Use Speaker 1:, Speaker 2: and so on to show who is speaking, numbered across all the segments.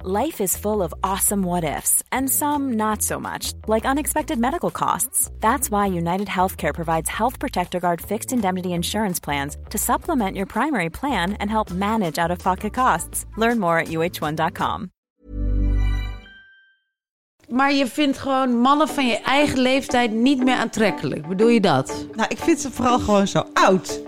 Speaker 1: Life is full of awesome what ifs, and some not so much, like unexpected medical costs. That's why United Healthcare provides Health Protector Guard fixed indemnity insurance plans to supplement your primary plan and help manage out of pocket costs. Learn more at uh1.com.
Speaker 2: Maar je vindt gewoon mannen van je eigen leeftijd niet meer aantrekkelijk. Bedoel je dat?
Speaker 3: Nou, ik vind ze vooral gewoon zo oud.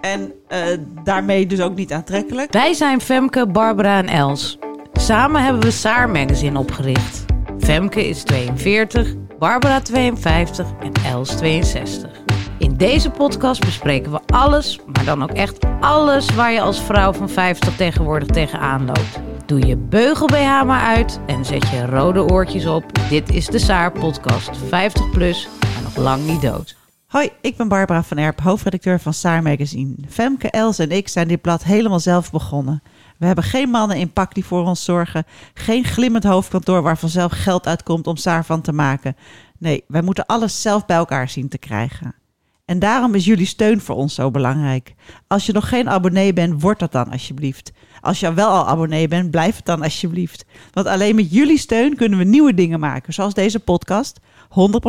Speaker 3: En eh, daarmee dus ook niet aantrekkelijk.
Speaker 2: Wij zijn Femke, Barbara en Els. Samen hebben we Saar Magazine opgericht. Femke is 42, Barbara 52 en Els 62. In deze podcast bespreken we alles, maar dan ook echt alles waar je als vrouw van 50 tegenwoordig tegenaan loopt. Doe je beugel BH maar uit en zet je rode oortjes op. Dit is de Saar podcast 50 plus, maar nog lang niet dood.
Speaker 3: Hoi, ik ben Barbara van Erp, hoofdredacteur van Saar Magazine. Femke, Els en ik zijn dit blad helemaal zelf begonnen. We hebben geen mannen in pak die voor ons zorgen. Geen glimmend hoofdkantoor waar vanzelf geld uitkomt om Saar van te maken. Nee, wij moeten alles zelf bij elkaar zien te krijgen. En daarom is jullie steun voor ons zo belangrijk. Als je nog geen abonnee bent, word dat dan alsjeblieft. Als je wel al abonnee bent, blijf het dan alsjeblieft. Want alleen met jullie steun kunnen we nieuwe dingen maken, zoals deze podcast. 100%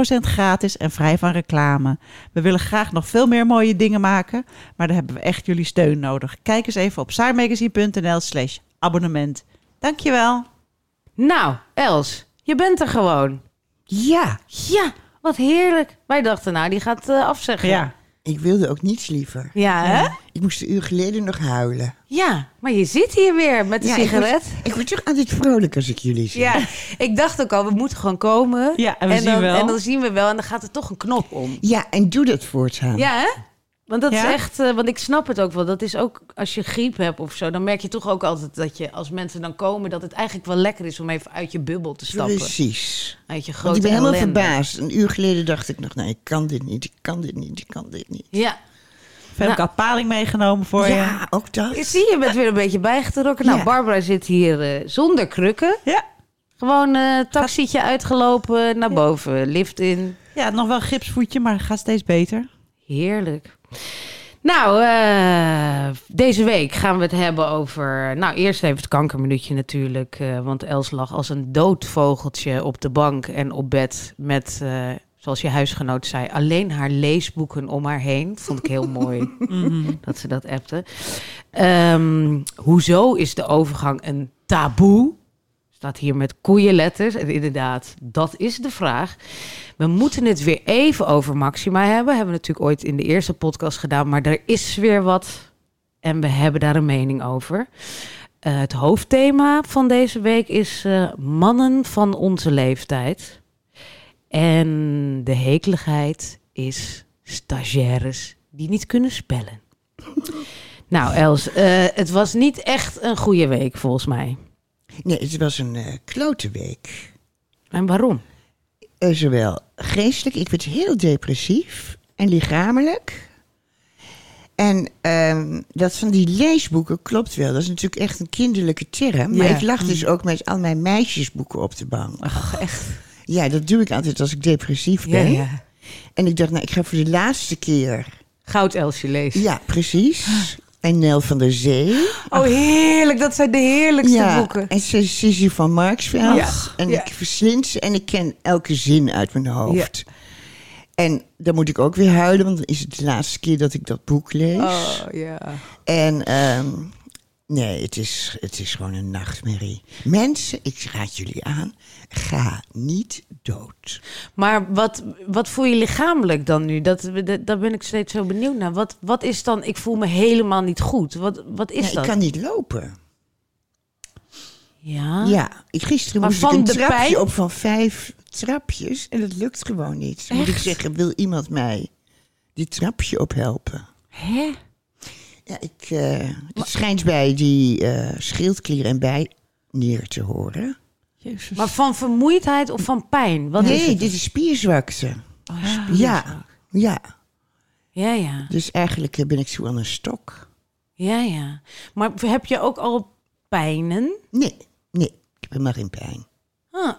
Speaker 3: gratis en vrij van reclame. We willen graag nog veel meer mooie dingen maken, maar daar hebben we echt jullie steun nodig. Kijk eens even op saarmagazine.nl slash abonnement. Dankjewel.
Speaker 2: Nou, Els, je bent er gewoon.
Speaker 4: Ja,
Speaker 2: Ja, wat heerlijk. Wij dachten, nou, die gaat eh, afzeggen.
Speaker 3: Ja,
Speaker 4: ik wilde ook niets liever.
Speaker 2: Ja, hè?
Speaker 4: Ik moest een uur geleden nog huilen.
Speaker 2: Ja, maar je zit hier weer met de
Speaker 4: Ja, ik
Speaker 2: sigaret.
Speaker 4: word- Ik word toch altijd vrolijk als ik jullie zie.
Speaker 2: Ja, ik dacht ook al, we moeten gewoon komen.
Speaker 3: Ja, en we zien
Speaker 2: dan,
Speaker 3: wel.
Speaker 2: En dan zien we wel en dan gaat er toch een knop om.
Speaker 4: Ja, en doe dat voortaan.
Speaker 2: Ja, hè? Want dat is
Speaker 3: Ja?
Speaker 2: echt, eh, want ik snap het ook wel. Dat is ook als je griep hebt of zo, dan merk je toch ook altijd dat je als mensen dan komen, dat het eigenlijk wel lekker is om even uit je bubbel te stappen.
Speaker 4: Precies.
Speaker 2: Uit je grote
Speaker 4: Want ik ben helemaal
Speaker 2: ellende.
Speaker 4: verbaasd. Een uur geleden dacht ik nog, nee, ik kan dit niet, ik kan dit niet, ik kan dit niet.
Speaker 2: Ja,
Speaker 3: Femke had paling meegenomen voor je.
Speaker 4: ja, ook dat.
Speaker 2: zie je, bent weer een beetje bijgetrokken. Nou,
Speaker 4: Ja.
Speaker 2: Barbara zit hier eh, zonder krukken.
Speaker 3: Ja.
Speaker 2: Gewoon eh taxietje uitgelopen naar boven, lift in.
Speaker 3: ja, nog wel een gipsvoetje, maar gaat steeds beter.
Speaker 2: Heerlijk. Nou, eh, deze week gaan we het hebben over. Nou, eerst even het kankerminuutje natuurlijk. eh, want Els lag als een dood vogeltje op de bank en op bed. Met, eh, zoals je huisgenoot zei, alleen haar leesboeken om haar heen. Vond ik heel mooi dat ze dat appte. Ehm, hoezo is de overgang een taboe? Staat hier met koeienletters. En inderdaad, dat is de vraag. We moeten het weer even over Maxima hebben. Hebben we natuurlijk ooit in de eerste podcast gedaan. Maar er is weer wat. En we hebben daar een mening over. Eh, het hoofdthema van deze week is eh, mannen van onze leeftijd. En de hekeligheid is stagiaires die niet kunnen spellen. nou, Els, eh, het was niet echt een goede week volgens mij.
Speaker 4: Nee, het was een eh klote week.
Speaker 2: En waarom?
Speaker 4: Eh, zowel geestelijk, ik werd heel depressief en lichamelijk. En ehm, dat van die leesboeken klopt wel. Dat is natuurlijk echt een kinderlijke term. Maar
Speaker 3: Ja.
Speaker 4: ik lag dus ook met al mijn meisjesboeken op de bank. Ach, echt? Ja, dat doe ik altijd als ik depressief ben. En ik dacht, nou, ik ga voor de laatste keer.
Speaker 2: Goud Elsje leest.
Speaker 4: Ja, precies. En Nel van der Zee.
Speaker 2: Oh, heerlijk. Dat zijn de heerlijkste boeken.
Speaker 4: en Sis- Sissy van Marksveld.
Speaker 2: Ja,
Speaker 4: En
Speaker 2: ja.
Speaker 4: ik verslind ze en ik ken elke zin uit mijn hoofd. En dan moet ik ook weer huilen, want dan is het de laatste keer dat ik dat boek lees.
Speaker 2: Oh, ja.
Speaker 4: En ehm, nee, het is, het is gewoon een nachtmerrie. Mensen, ik raad jullie aan, ga niet dood.
Speaker 2: Maar wat, wat voel je lichamelijk dan nu? Dat, dat, daar ben ik steeds zo benieuwd naar. Wat, wat is dan, ik voel me helemaal niet goed. Wat, wat is
Speaker 4: Ja,
Speaker 2: dat?
Speaker 4: ik kan niet lopen.
Speaker 2: Ja.
Speaker 4: Ja, ik, gisteren
Speaker 2: Ah. Maar
Speaker 4: moest
Speaker 2: van
Speaker 4: ik een
Speaker 2: de
Speaker 4: trapje
Speaker 2: pijn?
Speaker 4: op van vijf trapjes en dat lukt gewoon niet. Dan moet ik
Speaker 2: Echt?
Speaker 4: zeggen, wil iemand mij dit trapje ophelpen?
Speaker 2: Hè?
Speaker 4: Ja, ik, eh, het schijnt bij die eh, schildklier en bij neer te horen.
Speaker 3: Jezus.
Speaker 2: Maar van vermoeidheid of van pijn? Wat is
Speaker 4: nee,
Speaker 2: het? Ah,
Speaker 4: dit is spierzwakte.
Speaker 2: ja.
Speaker 4: Ja, ja.
Speaker 2: ja, ja.
Speaker 4: Dus eigenlijk eh, ben ik zo aan een stok.
Speaker 2: Ja, ja. Maar heb je ook al pijnen?
Speaker 4: Nee, nee, ik heb helemaal geen pijn.
Speaker 2: Ah,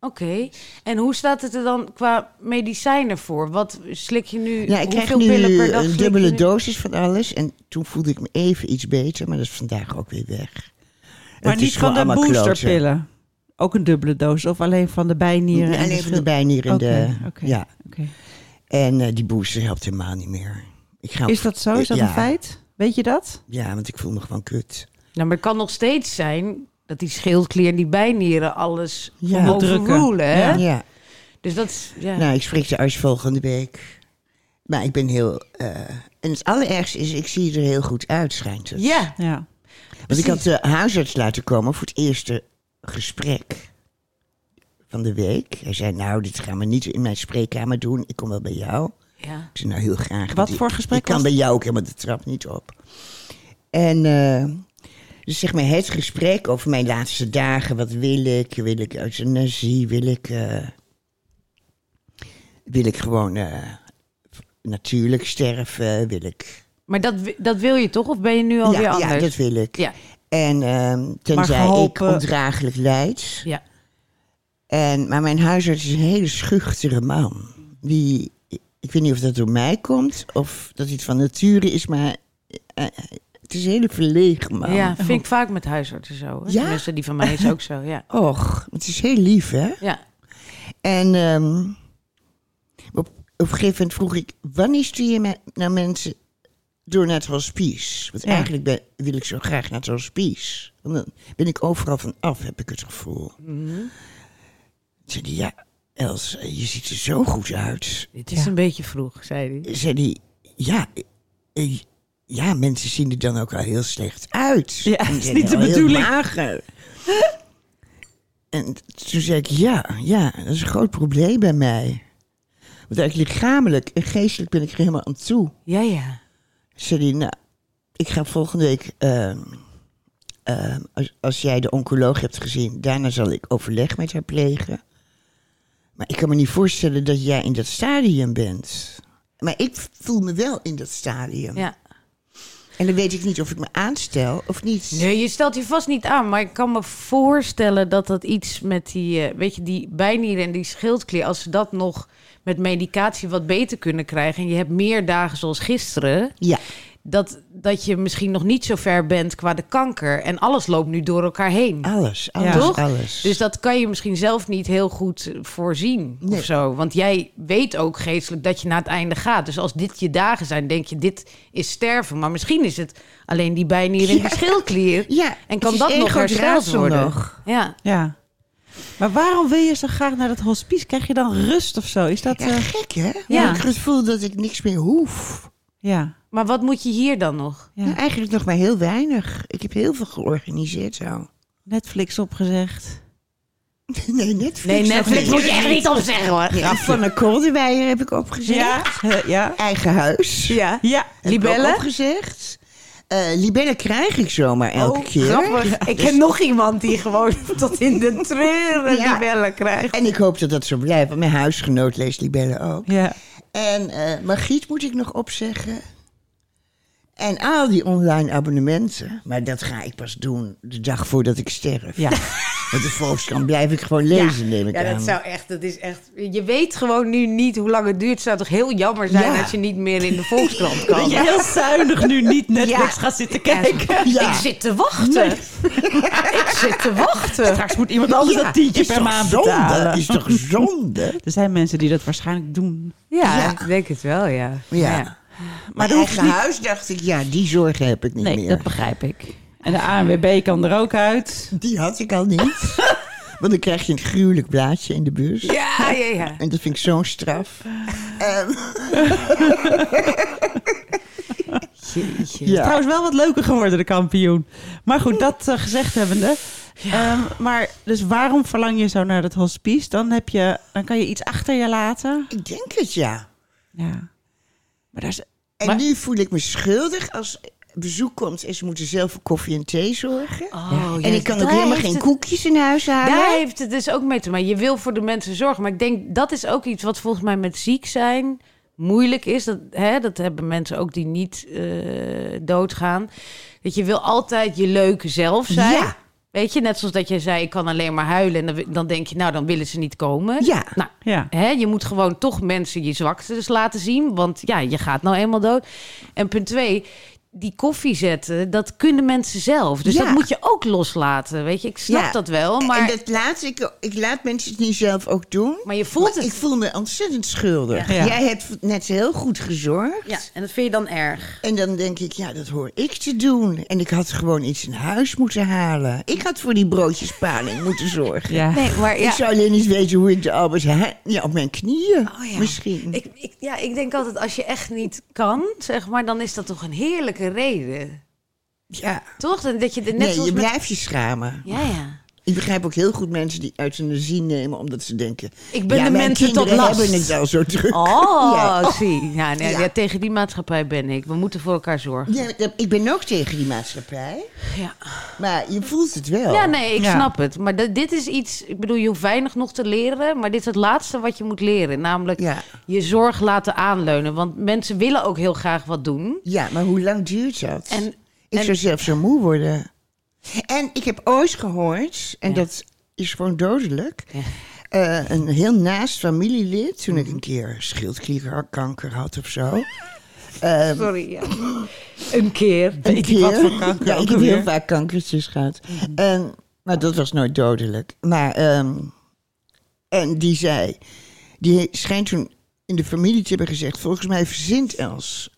Speaker 2: oké.
Speaker 4: Nee.
Speaker 2: En hoe staat het er dan qua medicijnen voor? Wat slik je nu?
Speaker 4: Ja, ik krijg
Speaker 2: hoeveel pillen
Speaker 4: nu
Speaker 2: per dag
Speaker 4: een
Speaker 2: slik je
Speaker 4: dubbele
Speaker 2: nu?
Speaker 4: dosis van alles. En toen voelde ik me even iets beter, maar dat is vandaag ook weer weg.
Speaker 3: Maar
Speaker 4: Het
Speaker 3: niet
Speaker 4: is
Speaker 3: van de
Speaker 4: gewoon allemaal kloten.
Speaker 3: boosterpillen. Ook een dubbele doos. Of alleen van de bijnieren.
Speaker 4: Nee,
Speaker 3: en
Speaker 4: alleen
Speaker 3: de
Speaker 4: van de
Speaker 3: schil-
Speaker 4: bijnieren.
Speaker 3: Oké,
Speaker 4: de,
Speaker 3: oké.
Speaker 4: ja.
Speaker 3: Oké.
Speaker 4: En eh, die booster helpt helemaal niet meer. Ik ga
Speaker 3: Is dat zo? Is dat
Speaker 4: ja,
Speaker 3: een feit? Weet je dat?
Speaker 4: Ja, want ik voel me gewoon kut.
Speaker 2: Nou, maar het kan nog steeds zijn dat die schildklier, die bijnieren, alles
Speaker 4: Ja.
Speaker 2: ja.
Speaker 3: Onderdrukken.
Speaker 2: overroelen. Hè?
Speaker 4: Ja.
Speaker 2: Dus dat is... Ja.
Speaker 4: Nou, ik spreek de arts volgende week. Maar ik ben heel... eh, en het allerergste is, ik zie er heel goed uit, schijnt het.
Speaker 2: ja.
Speaker 3: Ja.
Speaker 4: Want ik had de huisarts laten komen voor het eerste gesprek van de week. Hij zei, nou, dit gaan we niet in mijn spreekkamer doen. Ik kom wel bij jou.
Speaker 2: Ja.
Speaker 4: Ik zei, nou, heel graag.
Speaker 3: Wat
Speaker 4: want ik-
Speaker 3: voor gesprek
Speaker 4: Ik kan
Speaker 3: was
Speaker 4: bij jou ook helemaal de trap niet op. En eh, dus zeg maar het gesprek over mijn laatste dagen. Wat wil ik? Wil ik euthanasie? Wil ik... eh, wil ik gewoon eh, natuurlijk sterven? Wil ik...
Speaker 2: Maar dat, wi- dat wil je toch? Of ben je nu alweer
Speaker 4: ja,
Speaker 2: anders?
Speaker 4: ja, dat wil ik.
Speaker 2: Ja.
Speaker 4: En ehm, tenzij
Speaker 3: geholpen-
Speaker 4: ik ondraaglijk lijd.
Speaker 2: Ja.
Speaker 4: En, maar mijn huisarts is een hele schuchtere man. Die, ik weet niet of dat door mij komt of dat hij het van nature is, maar eh, eh, het is een hele verlegen man.
Speaker 2: ja, vind ik vaak met huisartsen zo. Hè?
Speaker 4: Ja?
Speaker 2: Tenminste, die van mij is ook zo, ja.
Speaker 4: Och, het is heel lief, hè?
Speaker 2: Ja,
Speaker 4: En ehm, op, op een gegeven moment vroeg ik, wanneer stuur je me- nou mensen door naar het hospice? Want
Speaker 3: Ja.
Speaker 4: eigenlijk ben- wil ik zo graag naar het hospice. Want dan ben ik overal van af, heb ik het gevoel.
Speaker 3: Mhm.
Speaker 4: Zei die, ja, Els, eh, je ziet er zo goed uit.
Speaker 2: dit is een beetje vroeg, zei hij.
Speaker 4: Zei die, ja, eh, ja, mensen zien er dan ook al heel slecht uit.
Speaker 3: Ja,
Speaker 4: En die
Speaker 3: is
Speaker 4: zijn
Speaker 3: niet de
Speaker 4: al heel
Speaker 3: bedoeling.
Speaker 4: mager. En toen zei ik, ja, ja, dat is een groot probleem bij mij. Want eigenlijk lichamelijk en geestelijk ben ik er helemaal aan toe.
Speaker 2: Ja, ja.
Speaker 4: Zei die, nou, ik ga volgende week, ehm, ehm, als, als jij de oncoloog hebt gezien, daarna zal ik overleg met haar plegen. Maar ik kan me niet voorstellen dat jij in dat stadium bent. Maar ik voel me wel in dat stadium.
Speaker 2: ja.
Speaker 4: En dan weet ik niet of ik me aanstel of niet.
Speaker 2: Nee, je stelt je vast niet aan, maar ik kan me voorstellen dat dat iets met die, eh, weet je, die bijnieren en die schildklier, als ze dat nog met medicatie wat beter kunnen krijgen en je hebt meer dagen zoals gisteren,
Speaker 4: Ja,
Speaker 2: dat, dat je misschien nog niet zo ver bent qua de kanker en alles loopt nu door elkaar heen.
Speaker 4: alles, alles,
Speaker 2: Toch?
Speaker 4: alles.
Speaker 2: Dus dat kan je misschien zelf niet heel goed eh, voorzien
Speaker 4: Nee.
Speaker 2: of zo. Want jij weet ook geestelijk dat je naar het einde gaat. Dus als dit je dagen zijn, denk je dit is sterven. Maar misschien is het alleen die bijnier en
Speaker 4: Ja.
Speaker 2: die schildklier.
Speaker 4: ja,
Speaker 2: En kan
Speaker 4: het is
Speaker 2: dat
Speaker 4: één
Speaker 2: nog
Speaker 4: groot
Speaker 2: hersteld
Speaker 4: raadsel
Speaker 2: worden?
Speaker 4: nog.
Speaker 2: Ja.
Speaker 3: Ja. Maar waarom wil je zo graag naar dat hospice? Krijg je dan rust of zo? Is dat...
Speaker 4: Ja,
Speaker 3: eh,
Speaker 4: gek hè? Ja.
Speaker 2: Ja.
Speaker 4: ik heb het gevoel dat ik niks meer hoef.
Speaker 3: ja.
Speaker 2: Maar wat moet je hier dan nog?
Speaker 3: ja.
Speaker 4: Nou, eigenlijk nog maar heel weinig. Ik heb heel veel georganiseerd zo.
Speaker 3: Netflix opgezegd.
Speaker 4: Nee, Netflix.
Speaker 2: Nee,
Speaker 4: nog
Speaker 2: Netflix
Speaker 4: niet.
Speaker 2: moet je echt niet op zeggen hoor.
Speaker 4: Nee, Van een Kolderweijer heb ik opgezegd.
Speaker 3: Eh, ja.
Speaker 4: Eigen huis.
Speaker 2: Ja.
Speaker 3: Ja.
Speaker 4: Heb ik ook
Speaker 2: Libellen?
Speaker 4: opgezegd. Eh, libellen krijg ik zomaar elke keer.
Speaker 2: Ik ken nog iemand die gewoon tot in de treuren
Speaker 4: Ja.
Speaker 2: bellen krijgt.
Speaker 4: En ik hoop dat dat zo blijft, want mijn huisgenoot leest libellen ook.
Speaker 3: Ja.
Speaker 4: En eh, Margriet moet ik nog opzeggen. En al die online abonnementen. Maar dat ga ik pas doen de dag voordat ik sterf.
Speaker 3: Ja.
Speaker 4: Want de Volkskrant blijf ik gewoon lezen, neem ik
Speaker 2: ja,
Speaker 4: aan.
Speaker 2: dat zou echt, dat is echt. Je weet gewoon nu niet hoe lang het duurt. Het zou toch heel jammer zijn
Speaker 4: Ja.
Speaker 2: dat je niet meer in de Volkskrant kan.
Speaker 3: Dat je heel zuinig nu niet Netflix
Speaker 4: Ja.
Speaker 3: gaat zitten kijken.
Speaker 4: Ja.
Speaker 2: Ik zit te wachten. Ik zit te wachten.
Speaker 3: Straks moet iemand anders
Speaker 4: Ja,
Speaker 3: dat tientje
Speaker 4: is
Speaker 3: per
Speaker 4: toch
Speaker 3: maand
Speaker 4: zonde?
Speaker 3: betalen.
Speaker 4: Is toch zonde?
Speaker 3: Er zijn mensen die dat waarschijnlijk doen.
Speaker 2: Ja,
Speaker 4: Ja.
Speaker 2: ik denk het wel, ja.
Speaker 4: Ja.
Speaker 3: dat
Speaker 4: Maar het
Speaker 3: hoeft
Speaker 4: eigen huis dacht ik, ja, die zorgen heb ik niet meer.
Speaker 3: begrijp ik. En de ANWB kan er ook uit.
Speaker 4: Die had ik al niet. Want dan krijg je een gruwelijk blaadje in de bus.
Speaker 2: Ja, ja, ja.
Speaker 4: En dat vind ik zo'n straf. Ehm,
Speaker 2: Jeetje.
Speaker 4: ja.
Speaker 3: Trouwens wel wat leuker geworden, de kampioen. Maar goed, dat eh, gezegd hebbende. Ehm, maar dus waarom verlang je zo naar dat hospice? Dan, heb je, dan kan je iets achter je laten.
Speaker 4: Ik denk het, ja.
Speaker 3: Ja. Maar daar is...
Speaker 4: En
Speaker 3: Maar-
Speaker 4: nu voel ik me schuldig als bezoek komt en ze moeten zelf voor koffie en thee zorgen.
Speaker 2: Oh, ja,
Speaker 4: en ik kan ook
Speaker 2: daar
Speaker 4: helemaal
Speaker 2: heeft
Speaker 4: geen
Speaker 2: het-
Speaker 4: koekjes in huis halen.
Speaker 2: Daar heeft het dus ook mee te maken. Je wil voor de mensen zorgen. Maar ik denk, dat is ook iets wat volgens mij met ziek zijn moeilijk is. Dat, hè, dat hebben mensen ook die niet eh, doodgaan. Dat je wil altijd je leuke zelf zijn.
Speaker 4: Ja.
Speaker 2: Weet je, net zoals dat jij zei, ik kan alleen maar huilen. En dan, wi- dan denk je, nou, dan willen ze niet komen.
Speaker 4: Ja.
Speaker 2: Nou,
Speaker 3: Ja.
Speaker 2: hè, je moet gewoon toch mensen je zwaktes laten zien. Want ja, je gaat nou eenmaal dood. En punt twee, die koffie zetten, dat kunnen mensen zelf. Dus
Speaker 4: Ja.
Speaker 2: dat moet je ook loslaten, weet je. Ik snap
Speaker 4: Ja.
Speaker 2: dat wel, Oh, maar...
Speaker 4: En dat laat ik, ik laat mensen het niet zelf ook doen.
Speaker 2: Maar je voelt
Speaker 4: Maar
Speaker 2: het.
Speaker 4: Ik voel me ontzettend schuldig.
Speaker 3: Ja. Ja.
Speaker 4: Jij hebt net heel goed gezorgd.
Speaker 2: Ja, en dat vind je dan erg.
Speaker 4: En dan denk ik, ja, dat hoor ik te doen. En ik had gewoon iets in huis moeten halen. Ik had voor die broodjespaling moeten zorgen.
Speaker 3: Ja.
Speaker 5: Nee, maar ja.
Speaker 4: Ik zou alleen niet weten hoe ik de Albert Heijn... Ja, op mijn knieën
Speaker 2: Oh ja.
Speaker 4: misschien.
Speaker 2: Ik, ik, ja, ik denk altijd, als je echt niet kan, zeg maar, dan is dat toch een heerlijke reden.
Speaker 4: ja.
Speaker 2: Toch? En Dat je er net
Speaker 4: nee,
Speaker 2: zoals
Speaker 4: je
Speaker 2: met-
Speaker 4: blijft je schamen.
Speaker 2: Ja, ja.
Speaker 4: Ik begrijp ook heel goed mensen die euthanasie nemen... omdat ze denken...
Speaker 2: Ik ben
Speaker 4: ja,
Speaker 2: de
Speaker 4: mijn
Speaker 2: mensen tot
Speaker 4: kinderen
Speaker 2: last.
Speaker 4: hebben het al zo druk.
Speaker 2: Oh,
Speaker 4: Ja.
Speaker 2: zie. Ja, nee,
Speaker 4: Ja.
Speaker 2: ja, tegen die maatschappij ben ik. We moeten voor elkaar zorgen.
Speaker 4: Ja, dat- ik ben ook tegen die maatschappij.
Speaker 2: Ja.
Speaker 4: Maar je voelt het wel.
Speaker 2: Ja, nee, ik
Speaker 3: Ja.
Speaker 2: snap het. Maar dat- dit is iets, ik bedoel, je hoeft weinig nog te leren, maar dit is het laatste wat je moet leren. Namelijk
Speaker 4: Ja.
Speaker 2: je zorg laten aanleunen. Want mensen willen ook heel graag wat doen.
Speaker 4: Ja, maar hoe lang duurt dat?
Speaker 2: En-
Speaker 4: ik
Speaker 2: en-
Speaker 4: zou zelf zo moe worden. En ik heb ooit gehoord, en
Speaker 2: Ja.
Speaker 4: dat is gewoon dodelijk... eh, een heel naast familielid, toen ik een keer schildklierkanker had of zo...
Speaker 2: Sorry, ja. Een keer.
Speaker 4: Een keer.
Speaker 3: wat voor kanker
Speaker 4: Ja, ik
Speaker 3: ook
Speaker 4: heb
Speaker 3: alweer?
Speaker 4: heel vaak kankertjes gehad. En, maar dat was nooit dodelijk. Maar, ehm, en die zei, die schijnt toen in de familie te hebben gezegd... volgens mij verzint Els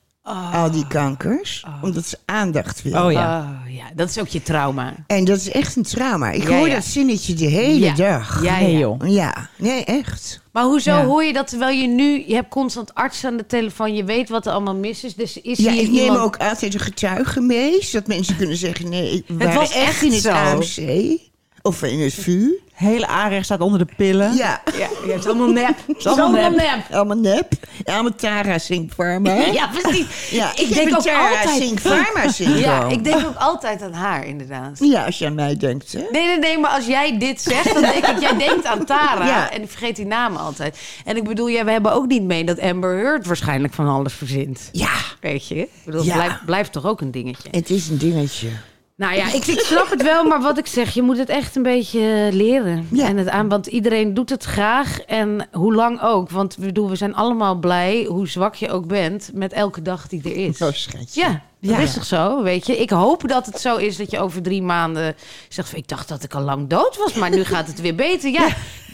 Speaker 4: al die kankers, omdat ze aandacht wil.
Speaker 3: Oh ja.
Speaker 2: Ja. ja, dat is ook je trauma.
Speaker 4: En dat is echt een trauma. Ik
Speaker 2: Ja,
Speaker 4: hoor
Speaker 2: ja.
Speaker 4: dat zinnetje de hele
Speaker 2: Ja.
Speaker 4: dag.
Speaker 2: Ja,
Speaker 3: Nee
Speaker 2: ja.
Speaker 3: joh.
Speaker 4: Ja, nee, echt.
Speaker 2: Maar hoezo
Speaker 3: Ja.
Speaker 2: hoor je dat terwijl je nu... Je hebt constant artsen aan de telefoon. Je weet wat er allemaal mis is. Dus is
Speaker 4: Ja,
Speaker 2: hier
Speaker 4: ik neem
Speaker 2: iemand...
Speaker 4: ook altijd een getuige mee, zodat mensen kunnen zeggen... nee, ik waren
Speaker 2: was
Speaker 4: echt
Speaker 2: echt
Speaker 4: in het
Speaker 2: zo.
Speaker 4: AMC of in het VU.
Speaker 3: Hele aanrecht staat onder de pillen.
Speaker 4: Ja.
Speaker 2: Ja, ja, het is allemaal nep. Het is
Speaker 3: allemaal
Speaker 2: allemaal
Speaker 3: nep.
Speaker 2: nep.
Speaker 4: Allemaal nep. Allemaal Tara Singh Pharma.
Speaker 2: Ja, precies.
Speaker 4: Ja,
Speaker 2: ik
Speaker 4: heb
Speaker 2: denk
Speaker 4: een
Speaker 2: ook
Speaker 4: Tara
Speaker 2: altijd-
Speaker 4: Singh Pharma syndroom.
Speaker 2: Ja, ik denk ook altijd aan haar, inderdaad.
Speaker 4: Ja, als je aan mij denkt, hè.
Speaker 2: Nee, nee, nee, maar als jij dit zegt, dan denk ik, jij denkt aan Tara.
Speaker 4: Ja.
Speaker 2: En ik vergeet die namen altijd. En ik bedoel, ja, we hebben ook niet mee dat Amber Heard waarschijnlijk van alles verzint.
Speaker 4: Ja,
Speaker 2: Weet je? Ik bedoel,
Speaker 4: Ja.
Speaker 2: blijft, blijft toch ook een dingetje.
Speaker 4: het is een dingetje.
Speaker 2: Nou ja, ik, ik snap het wel, maar wat ik zeg, je moet het echt een beetje eh, leren.
Speaker 4: Ja.
Speaker 2: En het aan, want iedereen doet het graag en hoe lang ook. Want we, bedoel, we zijn allemaal blij, hoe zwak je ook bent, met elke dag die er is.
Speaker 4: Zo Oh, schatje.
Speaker 2: Ja, dat
Speaker 3: Ja.
Speaker 2: is toch zo, weet je. Ik hoop dat het zo is dat je over drie maanden zegt... van, ik dacht dat ik al lang dood was, maar nu gaat het weer beter. Ja,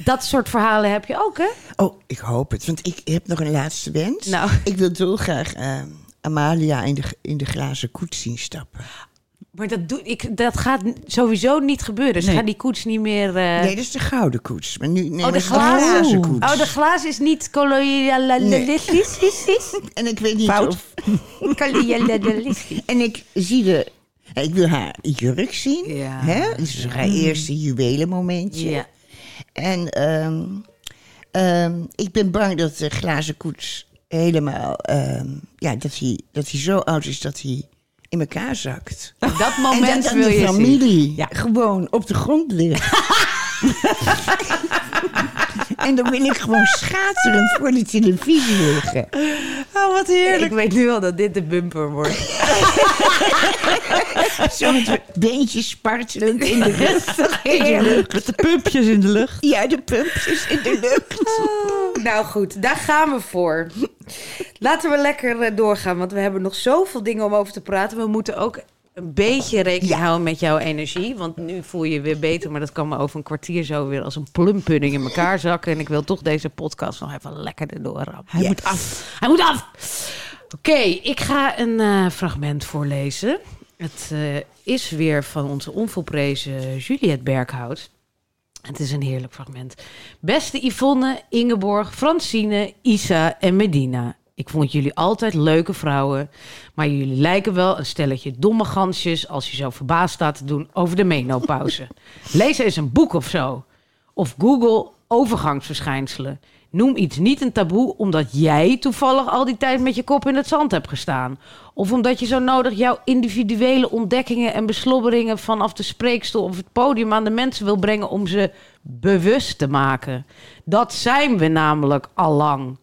Speaker 2: dat soort verhalen heb je ook, hè?
Speaker 4: Oh, ik hoop het. Want ik heb nog een laatste wens.
Speaker 2: Nou.
Speaker 4: Ik wil dolgraag eh, Amalia in de, in de glazen koets zien stappen.
Speaker 2: Eh. Maar dat, doe, ik, dat gaat n- sowieso niet gebeuren. Ze
Speaker 3: Nee.
Speaker 2: gaan die koets niet meer... eh,
Speaker 4: Nee, dat is de gouden koets. Maar nu nemen
Speaker 2: Oh, de
Speaker 4: ze de glazen
Speaker 2: glazen.
Speaker 4: koets.
Speaker 2: Oh, de glaas is niet kolonialistisch.
Speaker 4: en ik weet niet
Speaker 3: Fout.
Speaker 4: of...
Speaker 2: Kolonialistisch.
Speaker 4: En ik zie de... ja, Ik wil haar jurk zien.
Speaker 2: Ja. Mm.
Speaker 4: Hè? Dus haar eerste juwelenmomentje.
Speaker 2: Ja.
Speaker 4: En ehm, ehm, ik ben bang dat de glazen koets helemaal. ehm, ja, dat hij, dat hij zo oud is dat hij in elkaar zakt.
Speaker 3: Oh,
Speaker 2: Dat
Speaker 4: en dat
Speaker 2: moment
Speaker 4: dan
Speaker 2: wil
Speaker 4: de
Speaker 2: je zien.
Speaker 4: familie gewoon op de grond ligt. en dan wil ik gewoon schaterend voor de televisie liggen.
Speaker 3: Oh, wat heerlijk.
Speaker 2: Ik weet nu al dat dit de bumper wordt.
Speaker 4: Zo met beentjes spartelend in de lucht.
Speaker 3: Met de pumpjes in de lucht.
Speaker 4: Ja, de pumpjes in de lucht.
Speaker 2: Nou goed, daar gaan we voor. Laten we lekker eh, doorgaan, want we hebben nog zoveel dingen om over te praten. We moeten ook een beetje rekening houden met jouw energie. Want nu voel je je weer beter, maar dat kan me over een kwartier zo weer als een plumpudding in elkaar zakken. En ik wil toch deze podcast nog even lekker erdoor rammen.
Speaker 3: Hij moet af.
Speaker 2: Hij moet af! Oké, ik ga een eh, fragment voorlezen. Het eh, is weer van onze onvolprezen Juliette Berghout. Het is een heerlijk fragment. Beste Yvonne, Ingeborg, Francine, Isa en Medina. Ik vond jullie altijd leuke vrouwen. Maar jullie lijken wel een stelletje domme gansjes... als je zo verbaasd staat te doen over de menopauze. Lees eens een boek of zo. Of Google overgangsverschijnselen. Noem iets niet een taboe omdat jij toevallig al die tijd met je kop in het zand hebt gestaan. Of omdat je zo nodig jouw individuele ontdekkingen en beslobberingen vanaf de spreekstoel of het podium aan de mensen wil brengen om ze bewust te maken. Dat zijn we namelijk allang.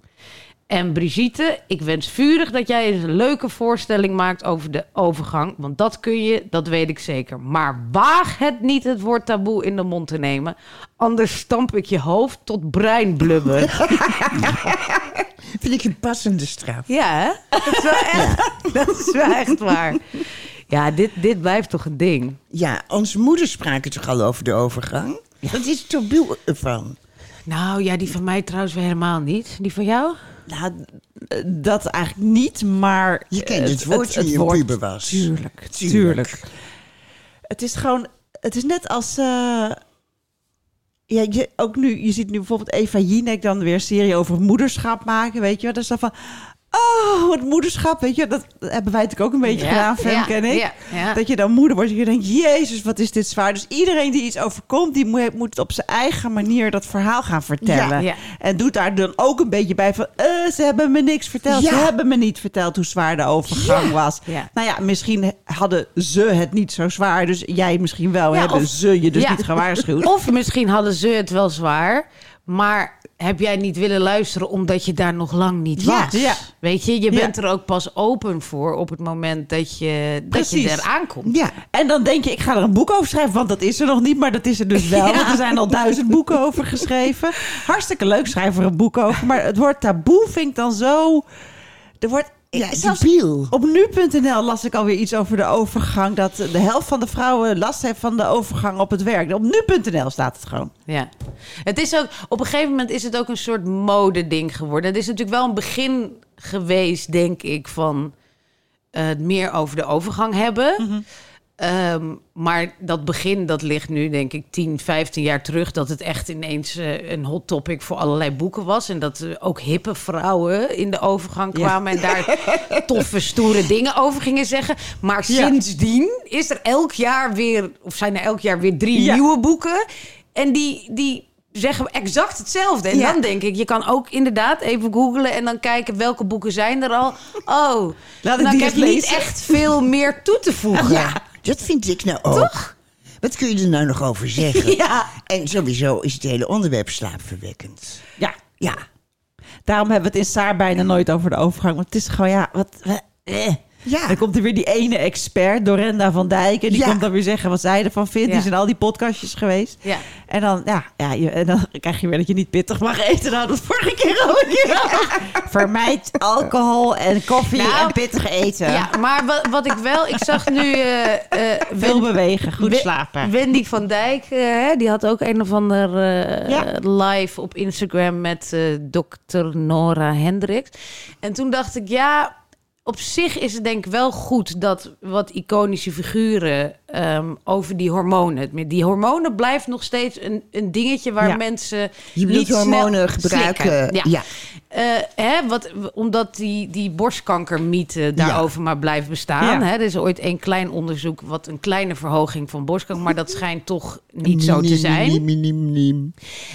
Speaker 2: En Brigitte, ik wens vurig dat jij eens een leuke voorstelling maakt over de overgang. Want dat kun je, dat weet ik zeker. Maar waag het niet het woord taboe in de mond te nemen. Anders stamp ik je hoofd tot breinblubber.
Speaker 4: Vind ik een passende straf.
Speaker 2: ja, hè? Dat is wel echt, dat is wel echt waar. Ja, dit, dit blijft toch een ding.
Speaker 4: Ja, onze moeders spraken toch al over de overgang? Dat is taboe ervan.
Speaker 2: Nou ja, die van mij trouwens weer helemaal niet. Die van jou?
Speaker 3: Nou, eh, dat eigenlijk niet, maar...
Speaker 4: Je kent het woord toen je een puber was.
Speaker 3: Tuurlijk, tuurlijk. Het is gewoon... Het is net als... eh, ja, je, ook nu, je ziet nu bijvoorbeeld Eva Jinek dan weer een serie over moederschap maken, weet je wel. Dat is dan van, oh, het moederschap, weet je Dat hebben wij natuurlijk ook een beetje
Speaker 2: Ja,
Speaker 3: gedaan, Femke
Speaker 2: ja,
Speaker 3: en ik.
Speaker 2: ja, ja.
Speaker 3: Dat je dan moeder wordt en je denkt, jezus, wat is dit zwaar. Dus iedereen die iets overkomt, die moet, moet op zijn eigen manier dat verhaal gaan vertellen.
Speaker 2: Ja, ja.
Speaker 3: En doet daar dan ook een beetje bij van, eh, ze hebben me niks verteld.
Speaker 4: Ja.
Speaker 3: Ze hebben me niet verteld hoe zwaar de overgang was.
Speaker 2: Ja.
Speaker 3: Nou ja, misschien hadden ze het niet zo zwaar, dus jij misschien wel.
Speaker 2: Ja,
Speaker 3: hebben
Speaker 2: of-
Speaker 3: ze je dus
Speaker 2: Ja.
Speaker 3: niet gewaarschuwd.
Speaker 2: Of misschien hadden ze het wel zwaar, maar heb jij niet willen luisteren omdat je daar nog lang niet
Speaker 3: Ja,
Speaker 2: was?
Speaker 3: ja.
Speaker 2: Weet je, je
Speaker 3: Ja.
Speaker 2: bent er ook pas open voor op het moment dat je, dat je
Speaker 3: Precies.
Speaker 2: er aankomt.
Speaker 4: Ja,
Speaker 3: En dan denk je, ik ga er een boek over schrijven, want dat is er nog niet, maar dat is er dus wel. Want er zijn al duizend boeken over geschreven. Hartstikke leuk, schrijf er een boek over. Maar het woord taboe vind ik dan zo... Er wordt...
Speaker 4: ja
Speaker 3: zelfs
Speaker 4: debiel.
Speaker 3: op nu.nl las ik alweer iets over de overgang. Dat de helft van de vrouwen last heeft van de overgang op het werk. Op nu.nl staat het gewoon.
Speaker 2: Ja. Het is ook, op een gegeven moment is het ook een soort modeding geworden. Het is natuurlijk wel een begin geweest, denk ik, van eh, het meer over de overgang hebben.
Speaker 3: Mhm.
Speaker 2: Ehm, maar dat begin, dat ligt nu, denk ik, 10, 15 jaar terug. Dat het echt ineens eh, een hot topic voor allerlei boeken was. En dat eh, ook hippe vrouwen in de overgang
Speaker 3: Ja.
Speaker 2: kwamen. En daar toffe, stoere dingen over gingen zeggen. Maar
Speaker 3: Ja.
Speaker 2: sindsdien is er elk jaar weer, of zijn er elk jaar weer drie
Speaker 3: Ja.
Speaker 2: nieuwe boeken. En die, die zeggen exact hetzelfde. En
Speaker 3: Ja.
Speaker 2: dan denk ik, je kan ook inderdaad even googlen en dan kijken welke boeken zijn er al. Oh,
Speaker 3: Laat ik
Speaker 2: nou,
Speaker 3: die
Speaker 2: heb
Speaker 3: eens
Speaker 2: niet
Speaker 3: lezen.
Speaker 2: echt veel meer toe te voegen.
Speaker 4: Ja, dat vind ik nou ook. Wat kun je er nou nog over zeggen?
Speaker 3: Ja.
Speaker 4: En sowieso is het hele onderwerp slaapverwekkend.
Speaker 3: Ja. Ja. Daarom hebben we het in Saar bijna nooit over de overgang. Want het is gewoon, ja, wat... we- eh.
Speaker 4: Ja.
Speaker 3: Dan komt er weer die ene expert, Dorenda van Dijk. En die
Speaker 4: Ja.
Speaker 3: komt dan weer zeggen wat zij ervan vindt.
Speaker 2: Ja.
Speaker 3: Die zijn al die podcastjes geweest.
Speaker 2: Ja.
Speaker 3: En, dan, ja, ja, je- en dan krijg je weer dat je niet pittig mag eten. Nou, dat vorige keer al een keer al. Vermijd alcohol en koffie
Speaker 2: Nou,
Speaker 3: en pittig eten.
Speaker 2: Ja, maar wat, wat ik wel, ik zag nu. eh, eh,
Speaker 3: Veel
Speaker 2: Wen-
Speaker 3: bewegen, goed
Speaker 2: Wen-
Speaker 3: slapen.
Speaker 2: Wendy van Dijk, eh, hè, die had ook een of ander eh,
Speaker 3: Ja.
Speaker 2: live op Instagram met eh dokter Nora Hendricks. En toen dacht ik, ja, op zich is het denk ik wel goed dat wat iconische figuren ehm, over die hormonen. met Die hormonen blijft nog steeds een, een dingetje waar
Speaker 3: Ja.
Speaker 2: mensen
Speaker 4: Je bedoelt
Speaker 2: niet snel
Speaker 4: hormonen gebruiken.
Speaker 2: slikken.
Speaker 4: ja.
Speaker 2: Eh, hè, wat, w- omdat die, die borstkankermythe daarover maar blijft bestaan.
Speaker 3: Ja.
Speaker 2: Hè? Er is ooit een klein onderzoek wat een kleine verhoging van borstkanker... maar dat schijnt toch niet zo te
Speaker 4: Niem,
Speaker 2: zijn.
Speaker 4: niem, niem, niem.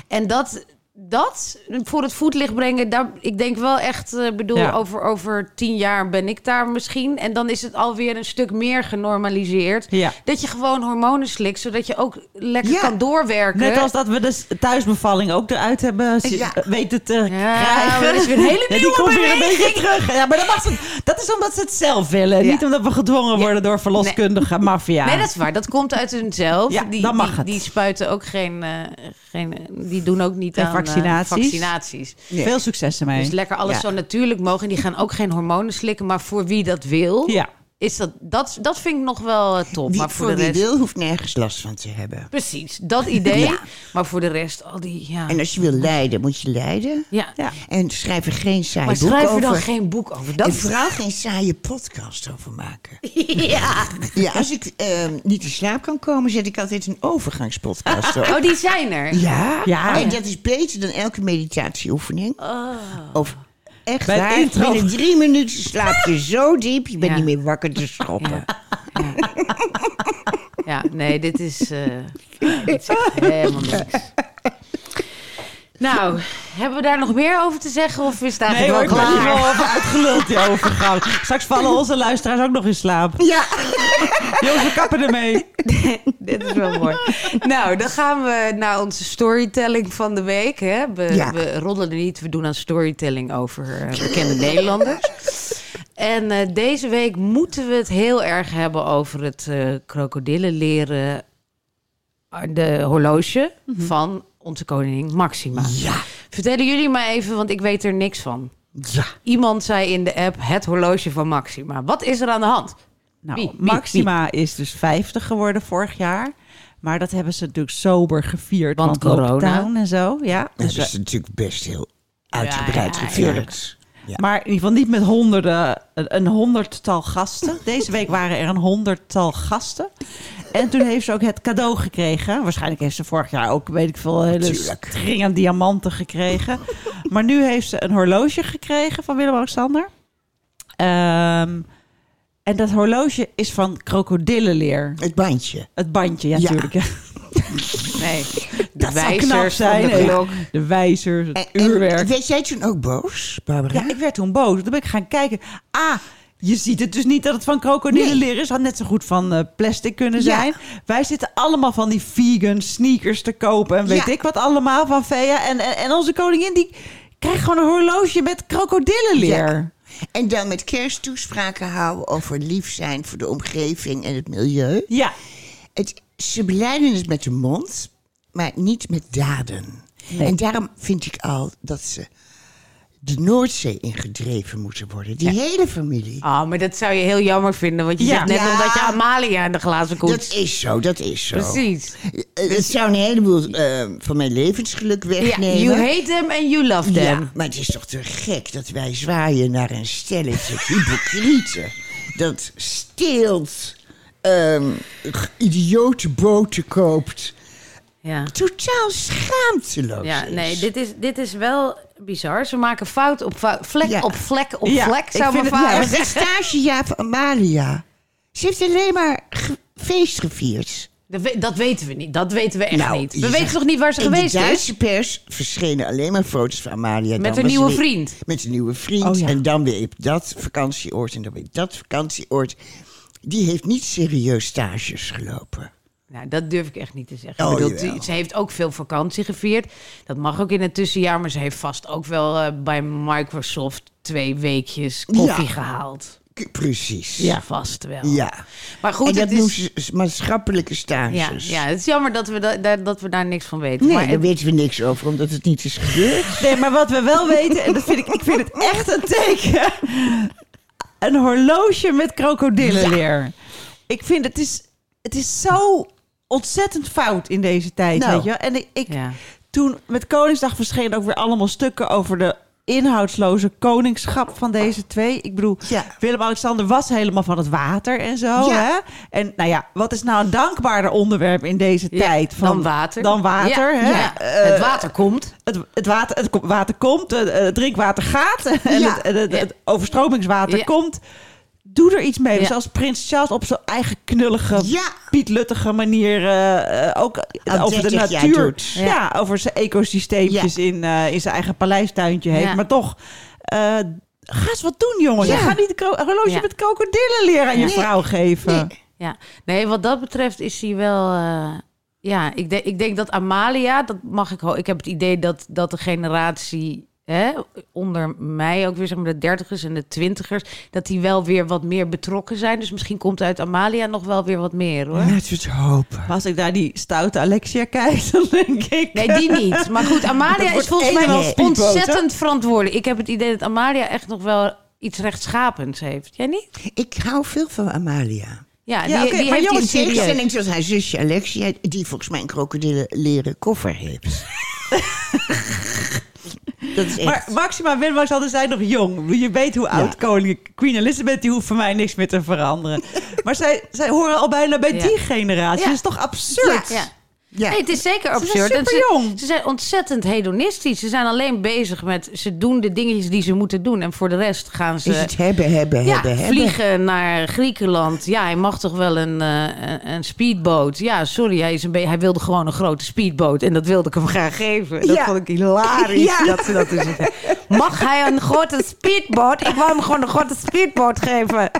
Speaker 2: En dat, dat voor het voetlicht brengen, daar, ik denk wel echt... eh, bedoel,
Speaker 3: Ja.
Speaker 2: over, over tien jaar ben ik daar misschien. En dan is het alweer een stuk meer genormaliseerd.
Speaker 3: Ja.
Speaker 2: Dat je gewoon hormonen slikt, zodat je ook lekker
Speaker 4: Ja.
Speaker 2: kan doorwerken.
Speaker 3: Net als dat we de s- thuisbevalling ook eruit hebben z-
Speaker 4: Ja.
Speaker 3: weten te
Speaker 2: Ja,
Speaker 3: krijgen.
Speaker 2: maar dat is weer een hele
Speaker 3: Ja, die
Speaker 2: nieuwe
Speaker 3: komt weer een
Speaker 2: beweging.
Speaker 3: beetje terug. Ja, maar dat, mag ze- dat is omdat ze het zelf willen.
Speaker 2: Ja.
Speaker 3: Niet omdat we gedwongen
Speaker 2: Ja.
Speaker 3: worden door verloskundige maffia.
Speaker 2: Nee, dat is waar. Dat komt uit hunzelf.
Speaker 3: Ja,
Speaker 2: die,
Speaker 3: dan mag
Speaker 2: die,
Speaker 3: het.
Speaker 2: die spuiten ook geen, eh, geen... eh, Die doen ook niet
Speaker 3: Geen
Speaker 2: aan eh,
Speaker 3: vaccinaties.
Speaker 2: vaccinaties.
Speaker 4: Nee.
Speaker 3: Veel succes ermee.
Speaker 2: Dus lekker alles
Speaker 3: Ja.
Speaker 2: zo natuurlijk mogen. En die gaan ook geen hormonen slikken. Maar voor wie dat wil,
Speaker 3: Ja.
Speaker 2: is dat, dat, dat vind ik nog wel eh, top.
Speaker 4: Wie,
Speaker 2: maar
Speaker 4: voor
Speaker 2: voor, de
Speaker 4: wie
Speaker 2: rest...
Speaker 4: wil, hoeft nergens last van te hebben.
Speaker 2: Precies, dat idee. Maar voor de rest al die... Ja,
Speaker 4: En als je wil lijden, moet je lijden.
Speaker 2: ja.
Speaker 3: Ja.
Speaker 4: En schrijf er geen saai
Speaker 2: maar
Speaker 4: boek
Speaker 2: schrijf er
Speaker 4: over.
Speaker 2: dan geen boek over. Dat
Speaker 4: En vooral geen saaie podcast over maken.
Speaker 2: ja.
Speaker 4: Ja, als ik ehm, niet in slaap kan komen, zet ik altijd een overgangspodcast op.
Speaker 2: Oh, die zijn er.
Speaker 4: Ja?
Speaker 3: Ja.
Speaker 4: En dat is beter dan elke meditatieoefening.
Speaker 2: Oh.
Speaker 4: Of echt
Speaker 3: Bij het
Speaker 4: waar,
Speaker 3: intro.
Speaker 4: binnen drie minuten slaap je zo diep, je bent
Speaker 2: Ja.
Speaker 4: niet meer wakker te schoppen.
Speaker 2: Ja, nee, dit is, eh, dit is echt helemaal niks. Nou, hebben we daar nog meer over te zeggen? Of is het
Speaker 3: Nee
Speaker 2: eigenlijk
Speaker 3: hoor, ik
Speaker 2: wel
Speaker 3: ben hier
Speaker 2: klaar?
Speaker 3: wel over uitgeluld die overgang. Straks vallen onze luisteraars ook nog in slaap.
Speaker 4: Ja,
Speaker 3: Jongens, we kappen ermee.
Speaker 2: Dit is wel mooi. nou, dan gaan we naar onze storytelling van de week. Hè? We,
Speaker 4: Ja.
Speaker 2: we rollen er niet, we doen aan storytelling over eh, bekende Nederlanders. En eh, deze week moeten we het heel erg hebben over het eh krokodillenleren eh, de horloge
Speaker 3: Mhm.
Speaker 2: van onze koningin Maxima.
Speaker 4: ja,
Speaker 2: Vertellen jullie maar even, want ik weet er niks van.
Speaker 4: ja.
Speaker 2: Iemand zei in de app het horloge van Maxima. Wat is er aan de hand?
Speaker 3: Nou,
Speaker 2: Wie, wie,
Speaker 3: Maxima is dus 50 geworden vorig jaar. Maar dat hebben ze natuurlijk sober gevierd.
Speaker 2: Want corona.
Speaker 3: lockdown en zo, ja.
Speaker 4: Dat
Speaker 3: Dus we-
Speaker 4: is natuurlijk best heel uitgebreid
Speaker 2: Ja, ja,
Speaker 4: gevierd. Ja.
Speaker 3: Maar in ieder geval niet met honderden, een, een honderdtal gasten. Deze week waren er een honderdtal gasten. En toen heeft ze ook het cadeau gekregen. Waarschijnlijk heeft ze vorig jaar ook, weet ik veel, hele
Speaker 4: Tuurlijk.
Speaker 3: string aan diamanten gekregen. Maar nu heeft ze een horloge gekregen van Willem-Alexander. Ehm, en dat horloge is van krokodillenleer.
Speaker 4: Het bandje.
Speaker 3: Het bandje, ja,
Speaker 4: Ja.
Speaker 3: natuurlijk.
Speaker 2: Nee, de
Speaker 3: Dat zou
Speaker 2: wijzers
Speaker 3: knap zijn,
Speaker 2: van de
Speaker 3: hè?
Speaker 2: klok.
Speaker 3: De wijzers, het
Speaker 4: En,
Speaker 3: uurwerk.
Speaker 4: en werd jij toen ook boos, Barbara?
Speaker 3: Ja, ik werd toen boos. Toen ben ik gaan kijken. Ah, je ziet het dus niet dat het van krokodillenleer is. Had net zo goed van eh, plastic kunnen
Speaker 4: Ja.
Speaker 3: zijn. Wij zitten allemaal van die vegan sneakers te kopen. En weet
Speaker 4: Ja.
Speaker 3: ik wat allemaal van Vea. En, en, en onze koningin die krijgt gewoon een horloge met krokodillenleer.
Speaker 4: En dan met kerst toespraken houden over lief zijn voor de omgeving en het milieu.
Speaker 3: Ja.
Speaker 4: Het, ze beleiden het met de mond, maar niet met daden.
Speaker 3: Nee.
Speaker 4: En daarom vind ik al dat ze de Noordzee ingedreven moeten worden. Die hele familie.
Speaker 2: Ah, maar dat zou je heel jammer vinden, want je
Speaker 3: Ja.
Speaker 2: zegt net
Speaker 4: Ja.
Speaker 2: omdat je Amalia in de glazen
Speaker 4: Dat
Speaker 2: koets.
Speaker 4: is zo, dat is zo.
Speaker 2: Precies.
Speaker 4: Eh, Het zou een heleboel eh, van mijn levensgeluk
Speaker 2: Ja,
Speaker 4: wegnemen.
Speaker 2: you hate them and you love them.
Speaker 4: Ja, maar het is toch te gek dat wij zwaaien naar een stelletje hypocrieten. Dat steelt, ehm, g- idiote boten koopt.
Speaker 2: Ja.
Speaker 4: Totaal schaamteloos.
Speaker 2: Ja,
Speaker 4: is.
Speaker 2: nee, dit is, dit is wel bizar. Ze maken fout op fout, vlek
Speaker 4: Ja.
Speaker 2: op vlek op
Speaker 3: Ja,
Speaker 2: vlek,
Speaker 3: ik
Speaker 2: zou
Speaker 3: vind
Speaker 2: mijn
Speaker 3: het-
Speaker 2: vader
Speaker 3: ja,
Speaker 4: Echt een
Speaker 2: zeggen.
Speaker 4: stagejaar van Amalia. Ze heeft alleen maar ge- feest gevierd.
Speaker 2: Dat, we- dat weten we niet, dat weten we echt
Speaker 4: Nou,
Speaker 2: niet. We
Speaker 4: je
Speaker 2: weten
Speaker 4: zegt-
Speaker 2: nog niet waar ze
Speaker 4: In
Speaker 2: geweest
Speaker 4: de
Speaker 2: is.
Speaker 4: Duitse pers verschenen alleen maar foto's van Amalia. Dan
Speaker 2: Met haar
Speaker 4: was ze
Speaker 2: nieuwe
Speaker 4: weer-
Speaker 2: vriend.
Speaker 4: Met een nieuwe vriend.
Speaker 3: Oh, ja.
Speaker 4: En dan weer op dat vakantieoord en dan weer op dat vakantieoord. Die heeft niet serieus stages gelopen.
Speaker 2: Nou, dat durf ik echt niet te zeggen.
Speaker 4: Oh,
Speaker 2: ik bedoel,
Speaker 4: jawel.
Speaker 2: ze- ze heeft ook veel vakantie gevierd. Dat mag ook in het tussenjaar, maar ze heeft vast ook wel eh, bij Microsoft twee weekjes koffie
Speaker 4: Ja.
Speaker 2: gehaald.
Speaker 4: K- Precies.
Speaker 2: Ja, vast wel.
Speaker 4: Ja.
Speaker 2: Maar goed,
Speaker 4: en dat
Speaker 2: het
Speaker 4: noemen
Speaker 2: is,
Speaker 4: ze s- maatschappelijke
Speaker 2: ja,
Speaker 4: stages.
Speaker 2: ja, het is jammer dat we, da- daar- dat we daar niks van weten.
Speaker 4: Nee,
Speaker 2: maar
Speaker 4: daar weten we niks over, omdat het niet is gebeurd.
Speaker 3: Nee, maar wat we wel weten, en dat vind ik, ik vind het echt een teken. Een horloge met krokodillenleer. Ik vind het is, het is zo ontzettend fout in deze tijd.
Speaker 4: Nou.
Speaker 3: Weet je? wel. En ik, ik,
Speaker 2: Ja.
Speaker 3: toen met Koningsdag verschenen ook weer allemaal stukken over de inhoudsloze koningschap van deze twee. Ik bedoel,
Speaker 4: Ja.
Speaker 3: Willem-Alexander was helemaal van het water en zo.
Speaker 4: Ja.
Speaker 3: Hè? En nou ja, wat is nou een dankbaarder onderwerp in deze
Speaker 2: Ja,
Speaker 3: tijd? Van,
Speaker 2: dan water.
Speaker 3: Dan water,
Speaker 2: Ja,
Speaker 3: hè?
Speaker 2: ja.
Speaker 3: Eh,
Speaker 2: het water komt.
Speaker 3: het, het, water, het ko- water komt, het, het drinkwater gaat en
Speaker 4: Ja.
Speaker 3: het, het, het- het overstromingswater
Speaker 2: Ja.
Speaker 3: komt. Doe er iets mee.
Speaker 2: Ja.
Speaker 3: Zoals Prins Charles op zijn eigen knullige,
Speaker 4: Ja.
Speaker 3: pietluttige manier eh, eh, ook
Speaker 4: Al
Speaker 3: over de
Speaker 4: 30 jaar
Speaker 3: natuur.
Speaker 4: doet.
Speaker 3: Ja. over zijn ecosysteempjes in, eh, in zijn eigen paleistuintje heeft.
Speaker 2: Ja.
Speaker 3: Maar toch, eh, ga eens wat doen, jongens.
Speaker 4: Ja.
Speaker 3: Ga niet een kro- een horloge
Speaker 2: Ja.
Speaker 3: met krokodillenleer aan je
Speaker 4: Nee.
Speaker 3: vrouw geven.
Speaker 4: Nee.
Speaker 2: Ja. Nee, wat dat betreft is hij wel... eh, ja, ik, denk ik denk dat Amalia, dat mag ik ho- Ik heb het idee dat, dat de generatie hè, onder mij, ook weer zeg maar de dertigers en de twintigers, dat die wel weer wat meer betrokken zijn. Dus misschien komt uit Amalia nog wel weer wat meer, hoor.
Speaker 4: Laten we het hopen.
Speaker 3: Maar als ik naar die stoute Alexia kijk, dan denk ik...
Speaker 2: Nee, die niet. Maar goed, Amalia is
Speaker 3: wordt
Speaker 2: volgens
Speaker 3: één en een
Speaker 2: mij
Speaker 3: half speedboot, hè?
Speaker 2: ontzettend verantwoordelijk. Ik heb het idee dat Amalia echt nog wel iets rechtschapends heeft. Jij niet?
Speaker 4: Ik hou veel van Amalia.
Speaker 2: Ja, die,
Speaker 3: Ja, oké,
Speaker 2: die
Speaker 3: maar
Speaker 2: heeft
Speaker 3: jongens,
Speaker 2: hij
Speaker 4: In
Speaker 2: serieus.
Speaker 4: tegenstelling tot haar zusje Alexia, die volgens mij een krokodillen leren koffer heeft. dat is echt.
Speaker 3: Maar Maxima en Willem-Alexander zijn nog jong. Ik bedoel, Je weet hoe oud koning Queen Elizabeth... die hoeft voor mij niks meer te veranderen. maar zij, zij horen al bijna bij
Speaker 2: Ja.
Speaker 3: die generatie.
Speaker 2: Ja.
Speaker 3: Dat is toch absurd?
Speaker 2: Ja.
Speaker 4: Ja.
Speaker 2: Nee, het is zeker
Speaker 3: Ze
Speaker 2: absurd.
Speaker 3: zijn
Speaker 2: En
Speaker 3: superjong.
Speaker 2: Ze zijn ontzettend hedonistisch. Ze zijn alleen bezig met... Ze doen de dingetjes die ze moeten doen. En voor de rest gaan ze...
Speaker 4: Is het hebben, hebben,
Speaker 2: ja,
Speaker 4: hebben, hebben.
Speaker 2: vliegen naar Griekenland. Ja, hij mag toch wel een, eh, een- een speedboot. Ja, sorry, hij, is een be- hij wilde gewoon een grote speedboot. En dat wilde ik hem graag geven. Dat
Speaker 4: Ja.
Speaker 2: vond ik hilarisch
Speaker 4: Ja.
Speaker 2: dat ze dat dus zeggen. Mag hij een grote speedboot? Ik wil hem gewoon een grote speedboot geven.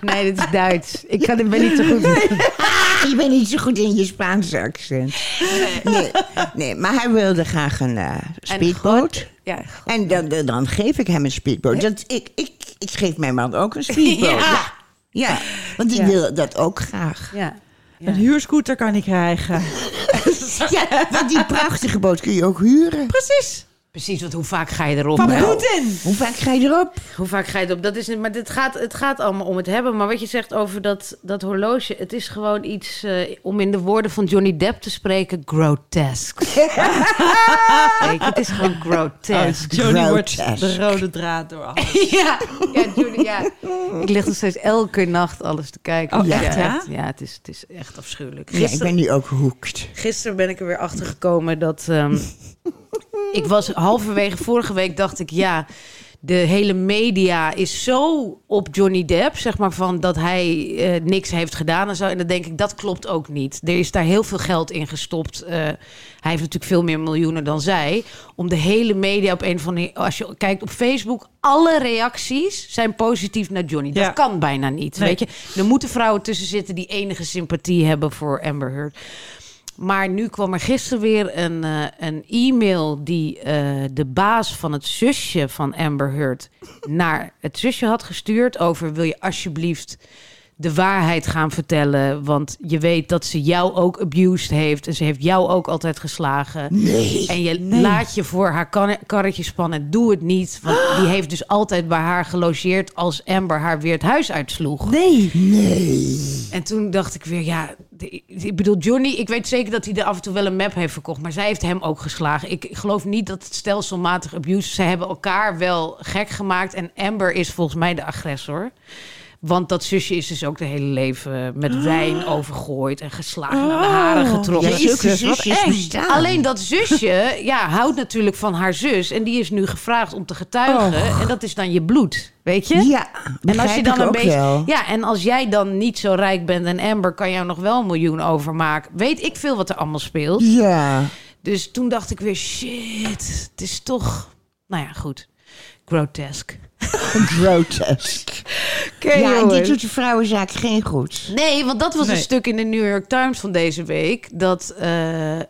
Speaker 2: Nee, dit is Duits. Ik kan, ben niet zo goed in.
Speaker 4: Je bent Ah, niet zo goed in je Spaanse accent. Nee, nee maar hij wilde graag een eh, speedboot.
Speaker 2: Ja,
Speaker 4: En dan, dan, dan geef ik hem een speedboot. Dat, ik, ik, ik geef mijn man ook een speedboot.
Speaker 2: Ja.
Speaker 4: Ja. Ja, want die
Speaker 2: Ja.
Speaker 4: wil dat ook graag.
Speaker 2: ja.
Speaker 3: Een huurscooter kan ik krijgen.
Speaker 4: Ja, want die prachtige boot kun je ook huren.
Speaker 3: Precies.
Speaker 2: Precies, want hoe vaak ga je erop?
Speaker 3: Van
Speaker 2: Nou,
Speaker 3: Poetin.
Speaker 4: Hoe vaak ga je erop?
Speaker 2: Hoe vaak ga je het op? Dat is niet, maar dit gaat, het gaat allemaal om het hebben. Maar wat je zegt over dat, dat horloge, het is gewoon iets, eh, om in de woorden van Johnny Depp te spreken, grotesk. Kijk, het is gewoon grotesk.
Speaker 3: Jody wordt
Speaker 4: Grotesk.
Speaker 3: de rode draad door alles.
Speaker 2: ja, ja, Johnny, ja. Ik lig nog steeds elke nacht alles te kijken.
Speaker 3: Oh, echt, ja?
Speaker 2: Ja, het is, het is echt afschuwelijk.
Speaker 4: Ja, ik
Speaker 2: Gisteren,
Speaker 4: ben nu ook hoekt.
Speaker 2: gisteren ben ik er weer achter gekomen dat. ehm, ik was halverwege vorige week, dacht ik, ja. De hele media is zo op Johnny Depp, zeg maar, van dat hij eh, niks heeft gedaan en zo. En dan denk ik, dat klopt ook niet. Er is daar heel veel geld in gestopt. Eh, hij heeft natuurlijk veel meer miljoenen dan zij. Om de hele media op een van die. Als je kijkt op Facebook, alle reacties zijn positief naar Johnny.
Speaker 3: Ja.
Speaker 2: Dat kan bijna niet.
Speaker 3: Nee.
Speaker 2: Weet je, er moeten vrouwen tussen zitten die enige sympathie hebben voor Amber Heard. Maar nu kwam er gisteren weer een, eh, een e-mail die eh, de baas van het zusje van Amber Heard naar het zusje had gestuurd over wil je alsjeblieft de waarheid gaan vertellen, want je weet dat ze jou ook abused heeft en ze heeft jou ook altijd geslagen.
Speaker 4: Nee.
Speaker 2: En je laat je voor haar kan- karretje spannen. Doe het niet. Want die heeft dus altijd bij haar gelogeerd als Amber haar weer het huis uitsloeg.
Speaker 3: Nee.
Speaker 2: En toen dacht ik weer, ja, de- ik bedoel, Johnny, ik weet zeker dat hij er af en toe wel een map heeft verkocht, maar zij heeft hem ook geslagen. Ik geloof niet dat het stelselmatig abuse. Zij hebben elkaar wel gek gemaakt en Amber is volgens mij de agressor. Want dat zusje is dus ook de hele leven met wijn overgooid en geslagen, aan de haren getrokken.
Speaker 4: Oh. Ja, zulke
Speaker 3: Jezus, wat
Speaker 4: zusjes
Speaker 3: eng.
Speaker 4: bestaan.
Speaker 2: Alleen dat zusje ja, houdt natuurlijk van haar zus. En die is nu gevraagd om te getuigen. En dat is dan je bloed, weet je?
Speaker 4: Oh. Ja,
Speaker 2: En als je dan een beetje.
Speaker 4: Wel.
Speaker 2: Ja, en als jij dan niet zo rijk bent en Amber kan jou nog wel een miljoen overmaken. Weet ik veel wat er allemaal speelt.
Speaker 4: Ja.
Speaker 2: Dus toen dacht ik weer: shit, het is toch. Nou ja, goed. Grotesk.
Speaker 4: grotesk. ja, en dit doet de vrouwenzaak geen goed.
Speaker 2: Nee, want dat was
Speaker 3: Nee.
Speaker 2: een stuk in de New York Times van deze week. Dat eh,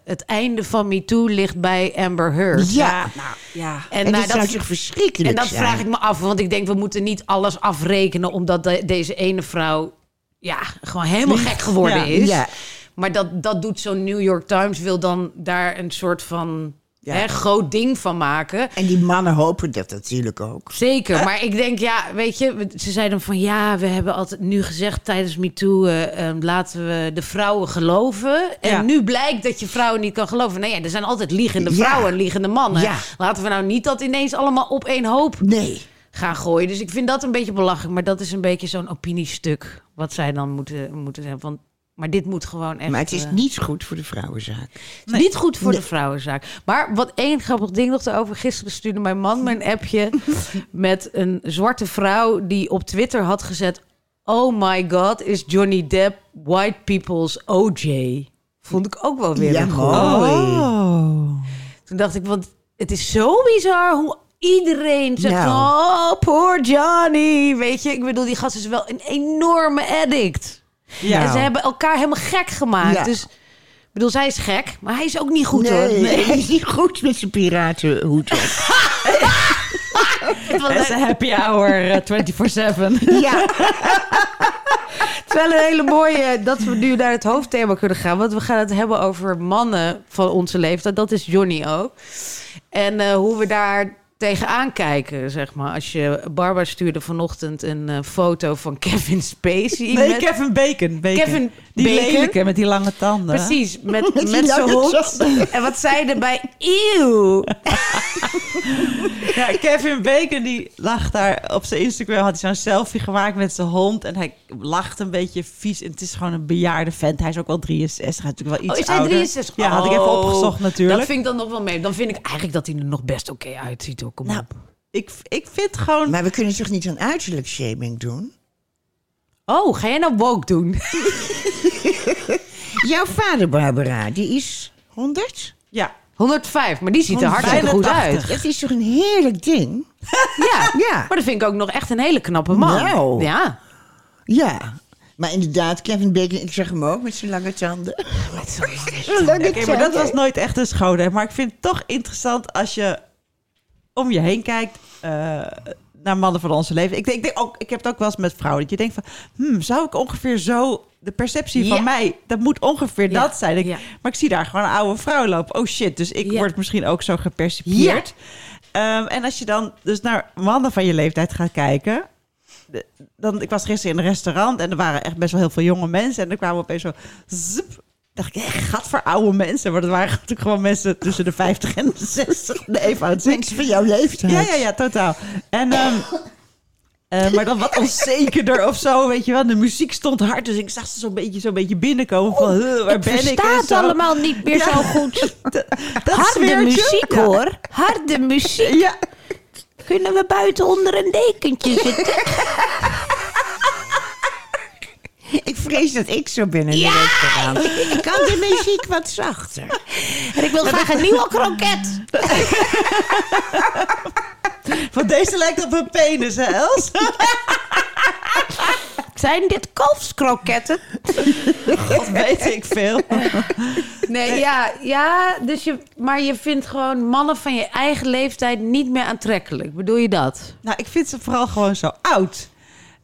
Speaker 2: het einde van MeToo ligt bij Amber Heard.
Speaker 4: Ja,
Speaker 3: Nou, ja.
Speaker 4: en,
Speaker 2: nou,
Speaker 4: dat, zou toch verschrikkelijk
Speaker 2: En dat
Speaker 4: zijn?
Speaker 2: vraag ik me af, want ik denk we moeten niet alles afrekenen omdat de- deze ene vrouw ja, gewoon helemaal
Speaker 3: Lief.
Speaker 2: gek geworden
Speaker 3: Ja,
Speaker 2: is.
Speaker 4: ja.
Speaker 2: Maar dat, dat doet zo'n New York Times, wil dan daar een soort van
Speaker 3: Ja.
Speaker 2: hè, groot ding van maken.
Speaker 4: En die mannen hopen dat natuurlijk ook.
Speaker 2: Zeker, maar ik denk, ja, weet je, we- ze zeiden van ja, we hebben altijd nu gezegd tijdens MeToo, eh, ehm, laten we de vrouwen geloven. En
Speaker 3: Ja.
Speaker 2: nu blijkt dat je vrouwen niet kan geloven. Nee, ja, er zijn altijd liegende
Speaker 4: Ja.
Speaker 2: vrouwen en liegende mannen.
Speaker 4: Ja.
Speaker 2: Laten we nou niet dat ineens allemaal op één hoop
Speaker 4: Nee.
Speaker 2: gaan gooien. Dus ik vind dat een beetje belachelijk. Maar dat is een beetje zo'n opiniestuk. Wat zij dan moeten, moeten zijn. Van, maar dit moet gewoon echt...
Speaker 4: Maar het is
Speaker 2: eh,
Speaker 4: niet goed voor de vrouwenzaak.
Speaker 2: het is niet goed voor de vrouwenzaak. Maar wat één grappig ding nog erover. Gisteren stuurde mijn man me een appje... met een zwarte vrouw die op Twitter had gezet... Oh my god, is Johnny Depp white people's OJ? Vond ik ook wel weer
Speaker 4: Ja,
Speaker 2: een
Speaker 4: mooi.
Speaker 2: goeie.
Speaker 3: Oh.
Speaker 2: Toen dacht ik, want het is zo bizar hoe iedereen zegt...
Speaker 4: Nou.
Speaker 2: Oh, poor Johnny. Weet je, ik bedoel, die gast is wel een enorme addict.
Speaker 3: Ja.
Speaker 4: Nou.
Speaker 2: En ze hebben elkaar helemaal gek gemaakt.
Speaker 4: Ja.
Speaker 2: Dus, ik bedoel, zij is gek, maar hij is ook niet goed hoor.
Speaker 4: nee, hij is niet goed met zijn piratenhoed op.
Speaker 2: Want
Speaker 3: Het is
Speaker 2: hij-
Speaker 3: een happy hour eh, 24-7.
Speaker 4: Ja,
Speaker 2: Het is wel een hele mooie eh, dat we nu naar het hoofdthema kunnen gaan. Want we gaan het hebben over mannen van onze leeftijd. Dat is Johnny ook. En eh, hoe we daar tegenaan kijken, zeg maar. Als je, Barbara stuurde vanochtend een eh, foto van Kevin Spacey.
Speaker 3: Nee,
Speaker 2: met-
Speaker 3: Kevin Bacon. Bacon.
Speaker 2: Kevin
Speaker 3: Die
Speaker 2: Bacon.
Speaker 3: lelijke met die lange tanden.
Speaker 2: Precies, met,
Speaker 4: die
Speaker 2: met zijn
Speaker 4: lange
Speaker 2: hond. En wat zei je erbij? Eeuw.
Speaker 3: Ja, Kevin Bacon die lag daar op zijn Instagram. Had hij zo'n selfie gemaakt met zijn hond. En hij lacht een beetje vies. En het is gewoon een bejaarde vent. Hij is ook wel 63. Hij is natuurlijk wel
Speaker 2: Oh,
Speaker 3: iets
Speaker 2: is hij
Speaker 3: ouder.
Speaker 2: 63?
Speaker 3: Ja, had ik even
Speaker 2: Oh,
Speaker 3: opgezocht natuurlijk.
Speaker 2: Dat vind ik dan nog wel mee. Dan vind ik eigenlijk dat hij er nog best oké uitziet. Ook, kom
Speaker 3: Nou,
Speaker 2: op.
Speaker 3: ik, ik vind gewoon...
Speaker 4: Maar we kunnen toch niet aan uiterlijk shaming doen?
Speaker 2: Oh, ga jij nou woke doen?
Speaker 4: Jouw vader, Barbara, die is 100?
Speaker 3: Ja,
Speaker 2: 105, maar die ziet er hartstikke goed
Speaker 3: 185.
Speaker 2: uit.
Speaker 4: Dat is toch een heerlijk ding?
Speaker 2: Ja,
Speaker 4: Ja.
Speaker 2: maar dat vind ik ook nog echt een hele knappe man.
Speaker 4: Nou.
Speaker 2: Ja,
Speaker 4: Ja. Maar inderdaad, Kevin Bacon, ik zag hem ook met zijn lange tanden.
Speaker 2: met zo'n
Speaker 4: Zijn lange
Speaker 3: Oké, maar dat was nooit echt een schoonheid. Maar ik vind het toch interessant als je om je heen kijkt eh, naar mannen van onze leven. Ik, denk, ik denk ook, ik heb het ook wel eens met vrouwen. Dat je denkt van, hmm, zou ik ongeveer zo... De perceptie
Speaker 2: Ja.
Speaker 3: van mij, dat moet ongeveer
Speaker 2: Ja,
Speaker 3: dat zijn. Ik,
Speaker 2: ja.
Speaker 3: Maar ik zie daar gewoon een oude vrouw lopen. Oh shit, dus ik
Speaker 2: Ja.
Speaker 3: word misschien ook zo gepercipieerd. Ehm, en als je dan dus naar mannen van je leeftijd gaat kijken... de- Dan, ik was gisteren in een restaurant en er waren echt best wel heel veel jonge mensen. En er kwamen opeens zo... zup, dacht ik, echt gat voor oude mensen. Maar dat waren natuurlijk gewoon mensen tussen de 50 en de 60. Nee, fout.
Speaker 4: Mensen van jouw leeftijd.
Speaker 3: Ja, ja, ja, totaal. En, ehm, eh, maar dan wat onzekerder of zo, weet je wel. De muziek stond hard, dus ik zag ze zo'n beetje, zo'n beetje binnenkomen van... "Huh, waar ben ik? en
Speaker 2: Oh, verstaat
Speaker 3: zo.
Speaker 2: allemaal niet meer
Speaker 3: Ja.
Speaker 2: zo goed.
Speaker 3: Dat
Speaker 2: Harde
Speaker 3: sfeertje.
Speaker 2: muziek hoor. Harde muziek.
Speaker 3: Ja,
Speaker 2: Kunnen we buiten onder een dekentje zitten?
Speaker 4: Ik vrees dat ik zo binnen in de restaurant. Ik kan de muziek wat zachter.
Speaker 2: En ik wil graag een nieuwe kroket.
Speaker 3: van deze lijkt op een penis, hè, Els?
Speaker 2: Zijn dit kalfskroketten?
Speaker 3: Dat weet ik veel.
Speaker 2: Nee, ja, ja dus je, maar je vindt gewoon mannen van je eigen leeftijd niet meer aantrekkelijk. Bedoel je dat?
Speaker 3: Nou, ik vind ze vooral gewoon zo oud.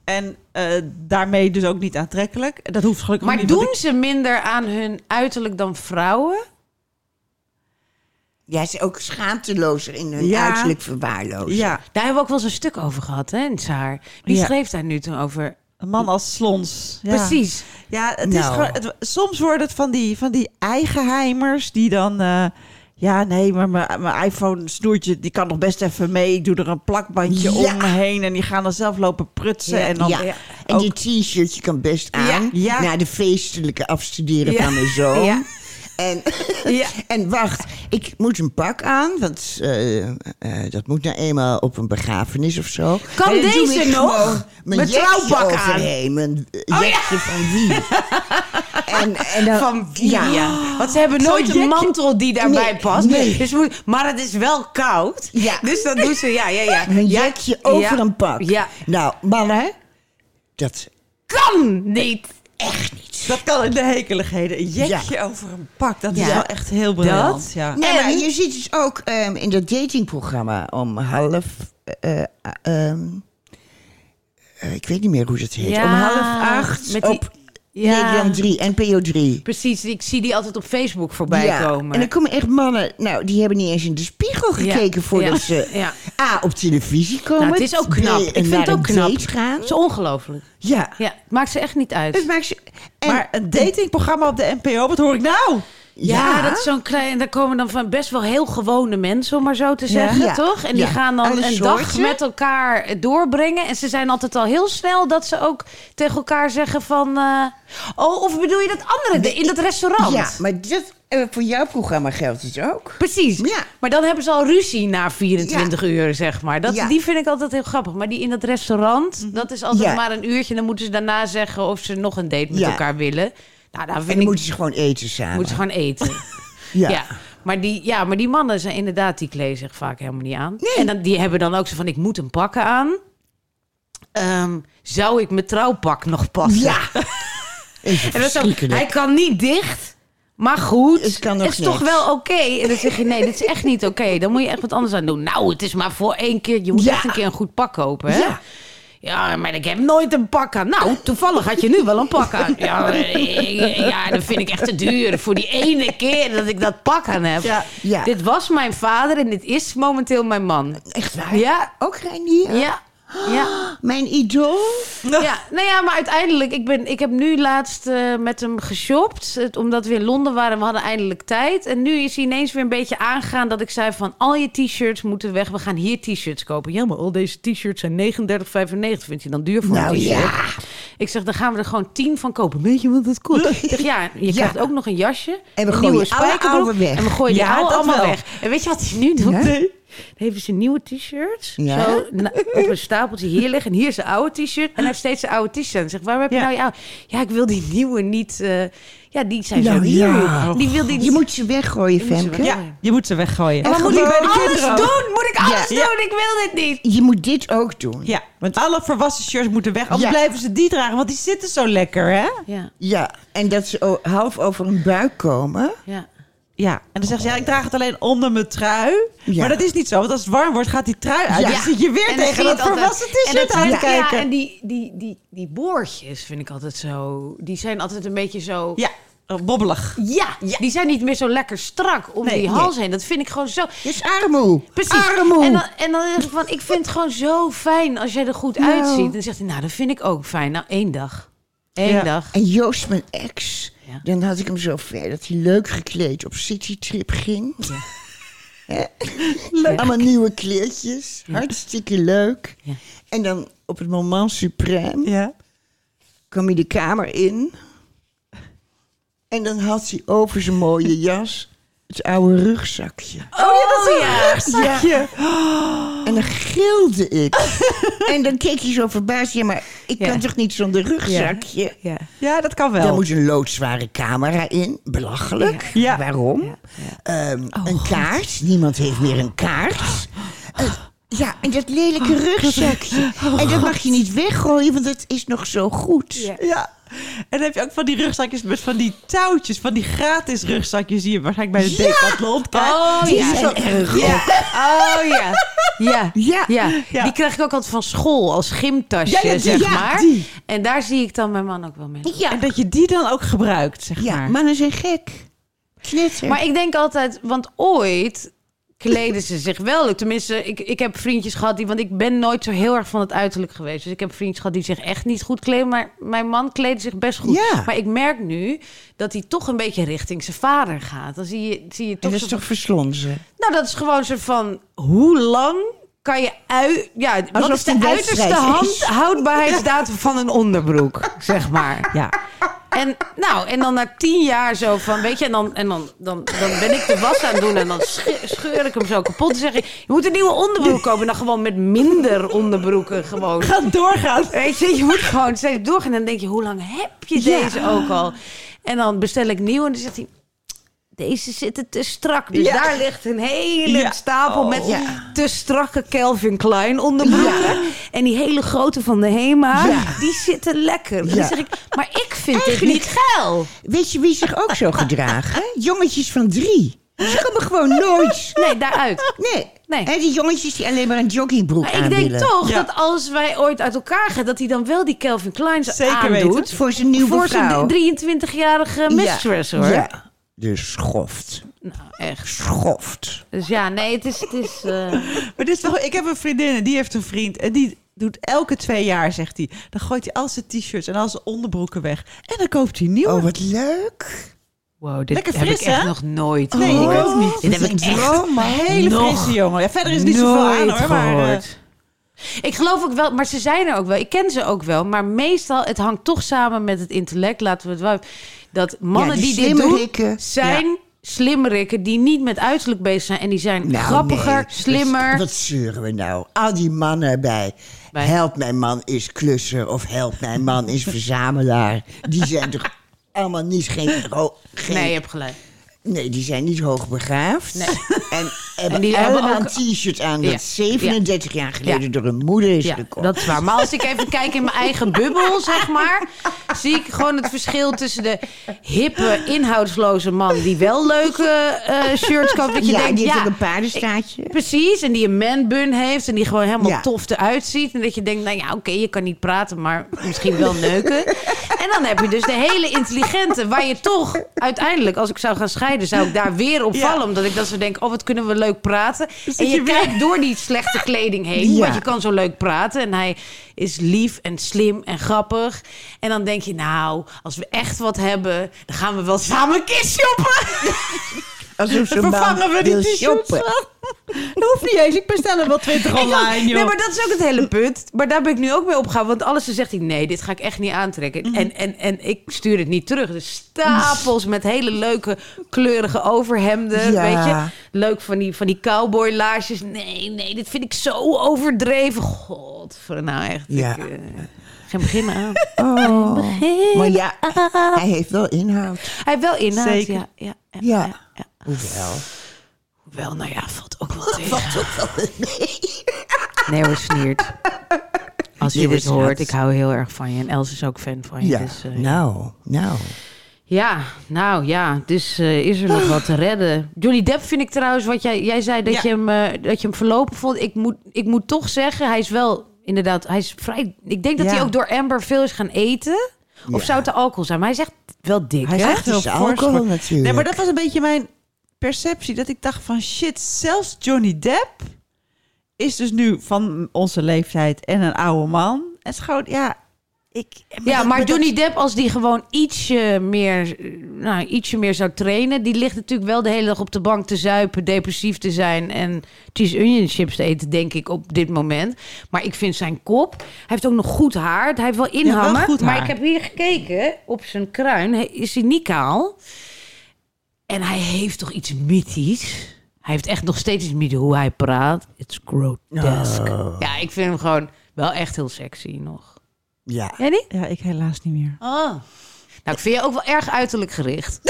Speaker 3: En eh, daarmee dus ook niet aantrekkelijk. Dat hoeft gelukkig ook
Speaker 2: Maar
Speaker 3: niet, want
Speaker 2: doen ze minder aan hun uiterlijk dan vrouwen?
Speaker 4: Jij is ook schaamtelozer in hun
Speaker 3: Ja.
Speaker 4: uiterlijk
Speaker 3: ik-
Speaker 4: verwaarlozen.
Speaker 3: Ja,
Speaker 2: Daar hebben we ook wel eens een stuk over gehad, hè, in Saar. Wie
Speaker 3: Ja.
Speaker 2: schreef daar nu toen over?
Speaker 3: een man als slons. Ja.
Speaker 2: Precies.
Speaker 3: Ja, het is
Speaker 4: Nou.
Speaker 3: gewoon, het- soms wordt het van die, van die eigenheimers die dan... eh, ja, nee, maar mijn mijn iPhone-snoertje die kan nog best even mee. Ik doe er een plakbandje
Speaker 4: Ja.
Speaker 3: omheen en die gaan dan zelf lopen prutsen. en dan,
Speaker 4: Ja.
Speaker 3: ja.
Speaker 4: En die t-shirtje kan best aan.
Speaker 3: Ja.
Speaker 4: Na de feestelijke afstuderen
Speaker 2: Ja.
Speaker 4: van mijn zoon.
Speaker 2: Ja.
Speaker 4: En,
Speaker 2: Ja.
Speaker 4: en wacht, ik moet een pak aan. Want eh, eh, dat moet nou eenmaal op een begrafenis of zo.
Speaker 2: Kan
Speaker 4: En dan doe
Speaker 2: deze
Speaker 4: ik
Speaker 2: nog?
Speaker 4: gewoon Mijn,
Speaker 2: Mijn
Speaker 4: jekje
Speaker 2: trouwpak aan.
Speaker 4: overheen. Mijn eh, jekje van wie? en, en dan,
Speaker 2: Van wie?
Speaker 4: Ja.
Speaker 2: Ja. Want ze hebben nooit
Speaker 3: jekje.
Speaker 2: een mantel die daarbij
Speaker 4: Nee,
Speaker 2: past.
Speaker 4: nee.
Speaker 2: Dus moet, maar het is wel koud.
Speaker 4: Ja.
Speaker 2: Dus dat doen ze, ja, ja, ja.
Speaker 4: Een
Speaker 2: Ja,
Speaker 4: jekje over
Speaker 2: ja,
Speaker 4: een pak.
Speaker 2: Ja.
Speaker 4: Nou, mannen, dat
Speaker 2: Kan niet.
Speaker 4: echt niet.
Speaker 3: Dat kan in de hekeligheden. Een jekje over een pak, dat is
Speaker 4: Ja.
Speaker 3: wel echt heel briljant. Ja.
Speaker 4: Nee,
Speaker 2: En-
Speaker 4: maar je ziet dus ook ehm, in dat datingprogramma om half. eh, eh, ehm, eh, ik weet niet meer hoe dat heet.
Speaker 2: Ja,
Speaker 4: om half acht
Speaker 2: met die-
Speaker 4: op Nederland 3, NPO 3.
Speaker 2: Precies, ik zie die altijd op Facebook voorbij komen.
Speaker 4: en dan komen echt mannen, nou, die hebben niet eens in de spiegel
Speaker 2: Ja,
Speaker 4: gekeken voordat
Speaker 2: ja,
Speaker 4: ze
Speaker 2: ja.
Speaker 4: A, op televisie komen.
Speaker 2: Nou, het is ook
Speaker 4: B,
Speaker 2: knap. Ik vind
Speaker 4: naar
Speaker 2: het ook
Speaker 4: een
Speaker 2: knap.
Speaker 4: date gaan.
Speaker 2: Het is ongelooflijk.
Speaker 4: Ja.
Speaker 2: Ja, het maakt ze echt niet uit.
Speaker 4: Het maakt ze... en-
Speaker 3: maar een datingprogramma op de NPO, wat hoor ik nou?
Speaker 2: Ja, dat is zo'n klein. En daar komen dan van best wel heel gewone mensen, om maar zo te zeggen,
Speaker 4: Ja.
Speaker 2: toch? En die
Speaker 4: Ja.
Speaker 2: gaan dan
Speaker 4: Alle
Speaker 2: een dag
Speaker 4: soorten.
Speaker 2: met elkaar doorbrengen. En ze zijn altijd al heel snel dat ze ook tegen elkaar zeggen van. eh, oh, of bedoel je dat andere de- in dat restaurant?
Speaker 4: Ja, maar dat, eh, voor jouw programma geldt het ook.
Speaker 2: Precies.
Speaker 4: Ja.
Speaker 2: Maar dan hebben ze al ruzie na 24 uur, zeg maar. Dat,
Speaker 4: Ja. Mhm.
Speaker 2: Die vind ik altijd heel grappig. Maar die in dat restaurant, dat is altijd
Speaker 4: Ja.
Speaker 2: maar een uurtje. Dan moeten ze daarna zeggen of ze nog een date met
Speaker 4: Ja.
Speaker 2: elkaar willen. Nou, daar
Speaker 4: En
Speaker 2: vind
Speaker 4: dan
Speaker 2: ik,
Speaker 4: moeten ze gewoon eten samen.
Speaker 2: moeten ze gewoon eten. Ja. Maar die, ja, maar die mannen zijn inderdaad, die kleden zich vaak helemaal niet aan.
Speaker 4: Nee.
Speaker 2: En dan, die hebben dan ook zo van, ik moet hem pakken aan. Ehm, zou ik mijn trouwpak nog passen?
Speaker 4: Ja.
Speaker 2: En dan zo,
Speaker 4: verschrikkelijk.
Speaker 2: hij kan niet dicht, maar goed.
Speaker 4: Het kan nog
Speaker 2: is toch
Speaker 4: niks.
Speaker 2: wel oké? En dan zeg je, nee, dit is echt niet oké. Dan moet je echt wat anders aan doen. Nou, het is maar voor één keer. Je moet
Speaker 4: Ja.
Speaker 2: echt een keer een goed pak kopen, hè?
Speaker 4: Ja.
Speaker 2: Ja, maar ik heb nooit een pak aan. Nou, toevallig had je nu wel een pak aan. Ja, eh, ja dat vind ik echt te duur. Voor die ene keer dat ik dat pak aan heb.
Speaker 3: Ja,
Speaker 4: ja.
Speaker 2: Dit was mijn vader en dit is momenteel mijn man.
Speaker 4: Echt waar?
Speaker 2: Ja.
Speaker 4: Ook Reinier?
Speaker 2: Ja, Ja.
Speaker 4: Mijn idool?
Speaker 2: ja, nou ja, maar uiteindelijk, ik, ben, ik heb nu laatst eh, met hem geshopt. Het, omdat we in Londen waren, we hadden eindelijk tijd. En nu is hij ineens weer een beetje aangegaan dat ik zei van... al je t-shirts moeten weg, we gaan hier t-shirts kopen. Ja, maar al deze t-shirts zijn 39,95. Vindt je dan duur voor
Speaker 4: Nou
Speaker 2: een t-shirt?
Speaker 4: ja.
Speaker 2: Ik zeg, dan gaan we er gewoon 10 van kopen. Weet je wat dat kost? Ik zeg, ja, je krijgt ook nog een jasje.
Speaker 4: En we
Speaker 2: een
Speaker 4: gooien
Speaker 2: nieuwe
Speaker 4: alle
Speaker 2: spijkerbroek,
Speaker 4: oude weg.
Speaker 2: En we gooien
Speaker 3: Ja,
Speaker 2: die oude
Speaker 3: dat
Speaker 2: allemaal
Speaker 3: wel.
Speaker 2: weg. En weet je wat hij nu doet?
Speaker 4: Nee.
Speaker 2: Dan heeft ze nieuwe t-shirts.
Speaker 4: Ja.
Speaker 2: Zo na- op een stapeltje hier liggen. En hier is zijn oude t-shirt. En hij heeft steeds zijn oude t-shirt. En zegt, waarom heb je
Speaker 3: Ja.
Speaker 2: nou je oude? Ja, ik wil die nieuwe niet... eh, ja, die zijn zo
Speaker 4: Nou
Speaker 2: nieuw.
Speaker 4: ja.
Speaker 2: Die wil die
Speaker 4: Je moet ze weggooien,
Speaker 2: moet ze
Speaker 4: Femke.
Speaker 2: weg-
Speaker 3: Ja, je moet ze weggooien.
Speaker 2: maar moet ik
Speaker 4: gewoon bij de
Speaker 2: alles
Speaker 4: kinderen ook.
Speaker 2: doen? Moet ik alles
Speaker 4: Ja.
Speaker 2: doen? Ik wil dit niet.
Speaker 4: Je moet dit ook doen.
Speaker 3: Ja, want alle volwassen shirts moeten weg. Anders
Speaker 4: Ja.
Speaker 3: blijven ze die dragen, want die zitten zo lekker, hè?
Speaker 2: Ja,
Speaker 4: Ja, en dat ze o- half over een buik komen.
Speaker 2: ja.
Speaker 3: Ja, en dan zeggen ze, ja, ik draag het alleen onder mijn trui.
Speaker 4: Ja.
Speaker 3: Maar dat is niet zo, want als het warm wordt, gaat die trui uit.
Speaker 4: Ja.
Speaker 3: Dan zit je weer
Speaker 2: En dan zie
Speaker 3: tegen
Speaker 2: je
Speaker 3: dat
Speaker 2: het altijd.
Speaker 3: volwassen
Speaker 2: En dat
Speaker 3: t-shirt aan
Speaker 2: zijn-
Speaker 3: te kijken.
Speaker 2: Ja, en die, die, die, die boordjes vind ik altijd zo... Die zijn altijd een beetje zo...
Speaker 3: Ja, eh, bobbelig.
Speaker 2: Ja, die zijn niet meer zo lekker strak om
Speaker 3: Nee,
Speaker 2: die hals heen. Dat vind ik gewoon zo...
Speaker 4: Dit is armoe.
Speaker 2: Precies.
Speaker 4: Armoe.
Speaker 2: En dan, en dan zeg ik van, ik vind het gewoon zo fijn als jij er goed
Speaker 4: Nou.
Speaker 2: uitziet. En dan zegt hij, nou, dat vind ik ook fijn. Nou, één dag. Eén
Speaker 3: Ja.
Speaker 2: dag.
Speaker 4: En Joost, mijn ex,
Speaker 2: Ja.
Speaker 4: dan had ik hem zo ver dat hij leuk gekleed op citytrip ging. Hè? Allemaal nieuwe kleertjes, hartstikke leuk.
Speaker 2: Ja.
Speaker 4: En dan op het moment suprême
Speaker 3: Ja.
Speaker 4: kwam hij de kamer in. En dan had hij over zijn mooie jas het oude rugzakje.
Speaker 2: Oh, ja, dat is ja.
Speaker 4: Ja. En dan gilde ik. en dan keek je zo verbaasd. Ja, maar ik
Speaker 2: Ja.
Speaker 4: kan toch niet zonder rugzakje?
Speaker 2: Ja.
Speaker 3: ja, dat kan
Speaker 4: Daar
Speaker 3: wel.
Speaker 4: moet een loodzware camera in. Belachelijk.
Speaker 3: Ja. Ja. Oh.
Speaker 4: Waarom? Ehm, een kaart. Niemand heeft meer een kaart. Eh, ja, en dat lelijke
Speaker 3: Oh.
Speaker 4: rugzakje. en dat mag je niet weggooien, want dat is nog zo goed.
Speaker 3: Ja. En dan heb je ook van die rugzakjes met van die touwtjes, van die gratis rugzakjes die je waarschijnlijk bij de Decathlon krijgt.
Speaker 2: Oh,
Speaker 3: Die
Speaker 2: ja.
Speaker 3: is zo-
Speaker 2: Ja. Oh, ja. Ja.
Speaker 4: Ja.
Speaker 2: ja,
Speaker 3: Ja.
Speaker 2: die krijg ik ook altijd van school als gymtasje,
Speaker 3: Ja, ja, die,
Speaker 2: zeg
Speaker 3: ja,
Speaker 2: maar.
Speaker 3: die.
Speaker 2: En daar zie ik dan mijn man ook wel mee.
Speaker 3: En dat je die dan ook gebruikt, zeg
Speaker 4: Ja,
Speaker 3: maar.
Speaker 4: mannen zijn gek. Knetter.
Speaker 2: Maar ik denk altijd, want ooit kleden ze zich wel leuk. Tenminste, ik, ik heb vriendjes gehad die... Want ik ben nooit zo heel erg van het uiterlijk geweest. Dus ik heb vriendjes gehad die zich echt niet goed kleden. Maar mijn man kleedde zich best goed.
Speaker 4: Ja.
Speaker 2: Maar ik merk nu dat hij toch een beetje richting zijn vader gaat. Dan zie je, zie je
Speaker 4: en
Speaker 2: toch...
Speaker 4: dat is
Speaker 2: zo-
Speaker 4: toch verslonzen?
Speaker 2: Nou, dat is gewoon zo van... Hoe lang kan je uit... Ja, wat
Speaker 4: Alsof
Speaker 2: is
Speaker 4: het
Speaker 2: de
Speaker 4: een
Speaker 2: uiterste
Speaker 4: wedstrijd
Speaker 2: hand,
Speaker 4: is.
Speaker 2: houdbaarheidsdatum van een onderbroek? Zeg maar.
Speaker 3: Ja.
Speaker 2: En, nou, en dan na tien jaar zo van, weet je, en dan, en dan, dan, dan ben ik de was aan het doen en dan sche- scheur ik hem zo kapot. Dan zeg ik, je moet een nieuwe onderbroek kopen. En dan gewoon met minder onderbroeken gewoon.
Speaker 3: Gaat doorgaan.
Speaker 2: Weet je, je moet gewoon steeds doorgaan. En dan denk je, hoe lang heb je deze ook al? En dan bestel ik nieuw en dan zegt hij, deze zitten te strak. Dus
Speaker 3: Ja.
Speaker 2: daar ligt een hele
Speaker 3: Ja.
Speaker 2: stapel
Speaker 3: Oh.
Speaker 2: met
Speaker 4: Ja.
Speaker 2: te strakke Calvin Klein onderbroeken. En die hele grote van de HEMA, die zitten lekker. En dan
Speaker 4: Ja.
Speaker 2: zeg ik, maar ik vind dit niet geil.
Speaker 4: Weet je wie zich ook zo gedragen? Jongetjes van drie. Ze komen gewoon nooit.
Speaker 2: Nee, daaruit.
Speaker 4: Nee.
Speaker 2: Nee.
Speaker 4: Hè, die jongetjes die alleen maar een joggingbroek
Speaker 2: Maar
Speaker 4: aan
Speaker 2: ik denk
Speaker 4: willen.
Speaker 2: toch
Speaker 3: Ja.
Speaker 2: dat als wij ooit uit elkaar gaan, dat hij dan wel die Calvin Kleins
Speaker 3: Zeker
Speaker 2: aandoet.
Speaker 3: weten.
Speaker 4: Voor zijn nieuwe
Speaker 2: voor
Speaker 4: vrouw.
Speaker 2: zijn 23-jarige mistress
Speaker 4: ja.
Speaker 2: hoor.
Speaker 4: Ja. De Dus schoft.
Speaker 2: Nou, echt.
Speaker 4: Schoft.
Speaker 2: Dus ja, nee, het is... Het is eh,
Speaker 3: Maar dit is wel, ik heb een vriendin en die heeft een vriend. En die doet elke twee jaar, zegt hij. Dan gooit hij al zijn t-shirts en al zijn onderbroeken weg. En dan koopt hij nieuwe.
Speaker 4: Oh, wat leuk.
Speaker 2: wow, dit
Speaker 3: Lekker
Speaker 2: heb
Speaker 3: fris,
Speaker 2: ik echt
Speaker 3: hè?
Speaker 2: nog nooit
Speaker 3: nee, ik
Speaker 2: gehoord.
Speaker 3: ook niet.
Speaker 2: Dit heb
Speaker 4: Wat
Speaker 2: ik Oh.
Speaker 4: een
Speaker 2: echt
Speaker 3: Oh,
Speaker 4: droom, maar
Speaker 3: Hele
Speaker 2: nog
Speaker 3: frisse jongen. Ja, verder is niet
Speaker 2: niet
Speaker 3: zoveel aan hoor. Maar, eh,
Speaker 2: Ik geloof ook wel, maar ze zijn er ook wel. Ik ken ze ook wel, maar meestal het hangt toch samen met het intellect. Laten we het wel dat mannen
Speaker 4: Ja, die
Speaker 2: die, dit doen
Speaker 4: slimmerikken.
Speaker 2: zijn slimmerikken die niet met uiterlijk bezig zijn en die zijn
Speaker 4: Nou,
Speaker 2: grappiger,
Speaker 4: nee.
Speaker 2: slimmer.
Speaker 4: Wat, wat zeuren we nou? Al die mannen bij.
Speaker 2: Bij-
Speaker 4: Help mijn man is klusser of help mijn man is verzamelaar. Die zijn toch allemaal niet geen... ro- geen
Speaker 2: nee, je hebt gelijk.
Speaker 4: Nee, die zijn niet hoogbegaafd.
Speaker 2: Nee.
Speaker 4: En hebben
Speaker 2: die hebben
Speaker 4: allemaal
Speaker 2: ook-
Speaker 4: een t-shirt aan
Speaker 2: Ja.
Speaker 4: dat 37 jaar geleden
Speaker 2: Ja.
Speaker 4: door hun moeder is
Speaker 2: Ja,
Speaker 4: gekocht.
Speaker 2: dat is waar. Maar als ik even kijk in mijn eigen bubbel, zeg maar, zie ik gewoon het verschil tussen de hippe, inhoudsloze man die wel leuke eh, shirts koopt. Dat je
Speaker 4: ja,
Speaker 2: denkt,
Speaker 4: die heeft
Speaker 2: ja,
Speaker 4: ook een paardenstaartje.
Speaker 2: Precies, en die een manbun heeft en die gewoon helemaal
Speaker 4: Ja.
Speaker 2: tof eruit ziet. En dat je denkt, nou ja, oké, je kan niet praten, maar misschien wel neuken. en En dan heb je dus de hele intelligente, waar je toch uiteindelijk, als ik zou gaan scheiden, zou ik daar weer op
Speaker 3: Ja.
Speaker 2: vallen. Omdat ik dan zo denk, oh wat kunnen we leuk praten. en je,
Speaker 3: je weer-
Speaker 2: kijkt door die slechte kleding heen,
Speaker 4: Ja.
Speaker 2: want je kan zo leuk praten. En hij is lief en slim en grappig. En dan denk je, nou, als we echt wat hebben, dan gaan we wel samen een keer shoppen.
Speaker 4: Alsof zo'n
Speaker 3: Vervangen
Speaker 4: man
Speaker 3: we die
Speaker 4: wil
Speaker 3: t-shirts
Speaker 4: shoppen.
Speaker 3: wel? Dat hoeft niet eens. Ik bestel er wel 20 online, joh.
Speaker 2: Nee, maar dat is ook het hele punt. Maar daar ben ik nu ook mee opgehouden. Want alles dan zegt hij, nee, dit ga ik echt niet aantrekken. En, en, en ik stuur het niet terug. Dus stapels met hele leuke kleurige overhemden,
Speaker 4: Ja.
Speaker 2: weet je. Leuk van die, van die cowboylaarsjes. Nee, nee, dit vind ik zo overdreven. God, voor nou echt.
Speaker 4: Ja.
Speaker 2: Ik, eh, geen begin aan.
Speaker 4: Oh.
Speaker 2: Begin.
Speaker 4: Maar ja, hij heeft wel inhoud.
Speaker 2: Hij heeft wel inhoud,
Speaker 3: Zeker.
Speaker 2: ja. ja, ja,
Speaker 4: Ja.
Speaker 2: ja, ja.
Speaker 4: Hoewel.
Speaker 2: Hoewel, nou ja, valt ook wel tegen. Nee hoor, sniert. Als je
Speaker 4: Nee,
Speaker 2: dit
Speaker 4: schat.
Speaker 2: hoort, ik hou heel erg van je. En Els is ook fan van je.
Speaker 4: Ja,
Speaker 2: dus, eh,
Speaker 4: nou, nou.
Speaker 2: ja, nou ja, dus eh, is er nog wat te redden. Johnny Depp vind ik trouwens, wat jij, jij zei dat,
Speaker 3: Ah. Ja.
Speaker 2: je hem, eh, dat je hem verlopen vond. Ik moet, ik moet toch zeggen, hij is wel inderdaad, hij is vrij... Ik denk dat
Speaker 4: Ja.
Speaker 2: hij ook door Amber veel is gaan eten. Of
Speaker 4: Ja.
Speaker 2: zou het de alcohol zijn? Maar hij is echt wel dik,
Speaker 3: Hij is
Speaker 2: hè?
Speaker 3: echt
Speaker 4: Het is
Speaker 3: heel fors,
Speaker 4: alcohol
Speaker 3: maar-
Speaker 4: natuurlijk.
Speaker 3: Nee, maar dat was een beetje mijn perceptie. Dat ik dacht van shit, zelfs Johnny Depp is dus nu van onze leeftijd en een oude man. Het is gewoon, ja, ik...
Speaker 2: Ja,
Speaker 3: dat-
Speaker 2: maar
Speaker 3: dat-
Speaker 2: Johnny Depp, als die gewoon ietsje meer, eh, nou, ietsje meer zou trainen... die ligt natuurlijk wel de hele dag op de bank te zuipen, depressief te zijn... en cheese onion chips te eten, denk ik, op dit moment. Maar ik vind zijn kop... Hij heeft ook nog goed haar, hij heeft wel inhammen.
Speaker 3: wel goed
Speaker 2: maar
Speaker 3: haar.
Speaker 2: ik heb hier gekeken, op zijn kruin hij- is hij niet kaal. En hij heeft toch iets mythisch... Hij heeft echt nog steeds iets mythisch hoe hij praat. It's grotesk. Ja, ik vind hem gewoon wel echt heel sexy nog.
Speaker 4: Ja.
Speaker 2: Jij niet?
Speaker 3: Ja, ik helaas niet meer.
Speaker 2: Oh. Nou, ik vind je ook wel erg uiterlijk gericht.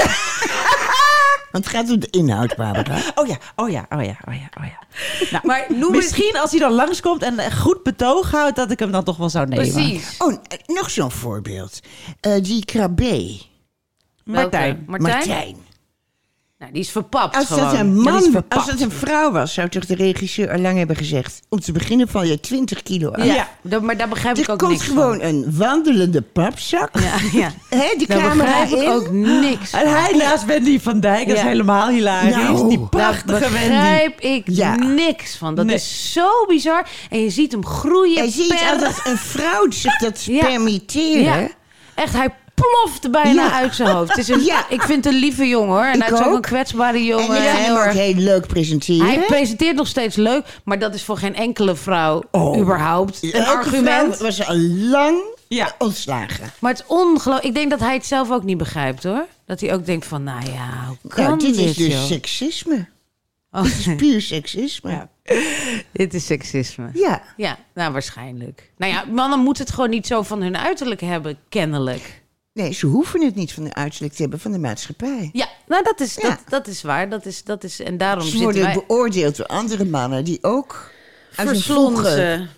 Speaker 4: Want het gaat om de inhoud, Barbara.
Speaker 3: Oh ja, oh ja, oh ja, oh ja, oh ja. Nou,
Speaker 2: Maar noem eens...
Speaker 3: misschien als hij dan langskomt en een goed betoog houdt... dat ik hem dan toch wel zou nemen.
Speaker 2: Precies.
Speaker 4: Oh, eh, nog zo'n voorbeeld. Eh, die krabbe,
Speaker 3: Martijn.
Speaker 2: Welke? Martijn?
Speaker 4: Martijn.
Speaker 2: Nou, die is verpapt
Speaker 4: Als
Speaker 2: gewoon.
Speaker 4: dat een
Speaker 2: Ja, die is
Speaker 4: man,
Speaker 2: verpapt.
Speaker 4: als dat een vrouw was, zou toch de regisseur al lang hebben gezegd... om te beginnen val je 20 kilo aan.
Speaker 2: Ja, dat- maar daar begrijp ik
Speaker 4: Er
Speaker 2: ook
Speaker 4: komt
Speaker 2: niks
Speaker 4: gewoon een wandelende papzak.
Speaker 2: van. Ja, ja. Nou,
Speaker 4: Hè, die
Speaker 2: Daar
Speaker 4: camera
Speaker 2: begrijp
Speaker 4: in.
Speaker 2: ik ook niks
Speaker 3: En hij naast Wendy van Dijk, dat is
Speaker 2: Ja.
Speaker 3: helemaal hilarisch.
Speaker 4: Nou,
Speaker 3: die
Speaker 4: daar
Speaker 2: Daar
Speaker 3: prachtige Wendy.
Speaker 2: begrijp ik
Speaker 4: Ja.
Speaker 2: niks van. Dat
Speaker 3: Nee.
Speaker 2: is zo bizar. En je ziet hem groeien.
Speaker 4: Je ziet
Speaker 2: per-
Speaker 4: altijd een vrouw zich dat
Speaker 2: Ja.
Speaker 4: permitteren.
Speaker 2: Ja. Echt, hij ploft bijna
Speaker 4: Ja.
Speaker 2: uit zijn hoofd. Het is een,
Speaker 4: Ja.
Speaker 2: Ik vind het een lieve jongen hoor. En
Speaker 4: Ik
Speaker 2: hij is ook
Speaker 4: ook.
Speaker 2: een kwetsbare jongen.
Speaker 4: En ik
Speaker 2: heel
Speaker 4: vind hem ook
Speaker 2: erg-
Speaker 4: heel leuk presenteren.
Speaker 2: Hij presenteert nog steeds leuk, maar dat is voor geen enkele vrouw
Speaker 4: Oh.
Speaker 2: überhaupt een
Speaker 4: Elke
Speaker 2: argument.
Speaker 4: vrouw was al lang
Speaker 3: Ja.
Speaker 4: ontslagen.
Speaker 2: Maar het is ongelooflijk. Ik denk dat hij het zelf ook niet begrijpt hoor. Dat hij ook denkt van, nou ja, hoe kan
Speaker 4: Nou, dit is dus
Speaker 2: joh?
Speaker 4: seksisme.
Speaker 2: Oh,
Speaker 4: Dit is puur seksisme.
Speaker 3: Ja.
Speaker 4: Ja.
Speaker 2: dit is seksisme. Ja, nou waarschijnlijk. Nou ja, mannen moeten het gewoon niet zo van hun uiterlijk hebben, kennelijk.
Speaker 4: Nee, ze hoeven het niet van de uiterlijk te hebben van de maatschappij.
Speaker 2: Ja, nou dat is,
Speaker 4: Ja.
Speaker 2: dat, dat is waar. Dat is, dat is, en daarom
Speaker 4: Ze
Speaker 2: zitten
Speaker 4: worden
Speaker 2: wij
Speaker 4: beoordeeld door andere mannen die ook uit hun vroeger
Speaker 2: verzonzen.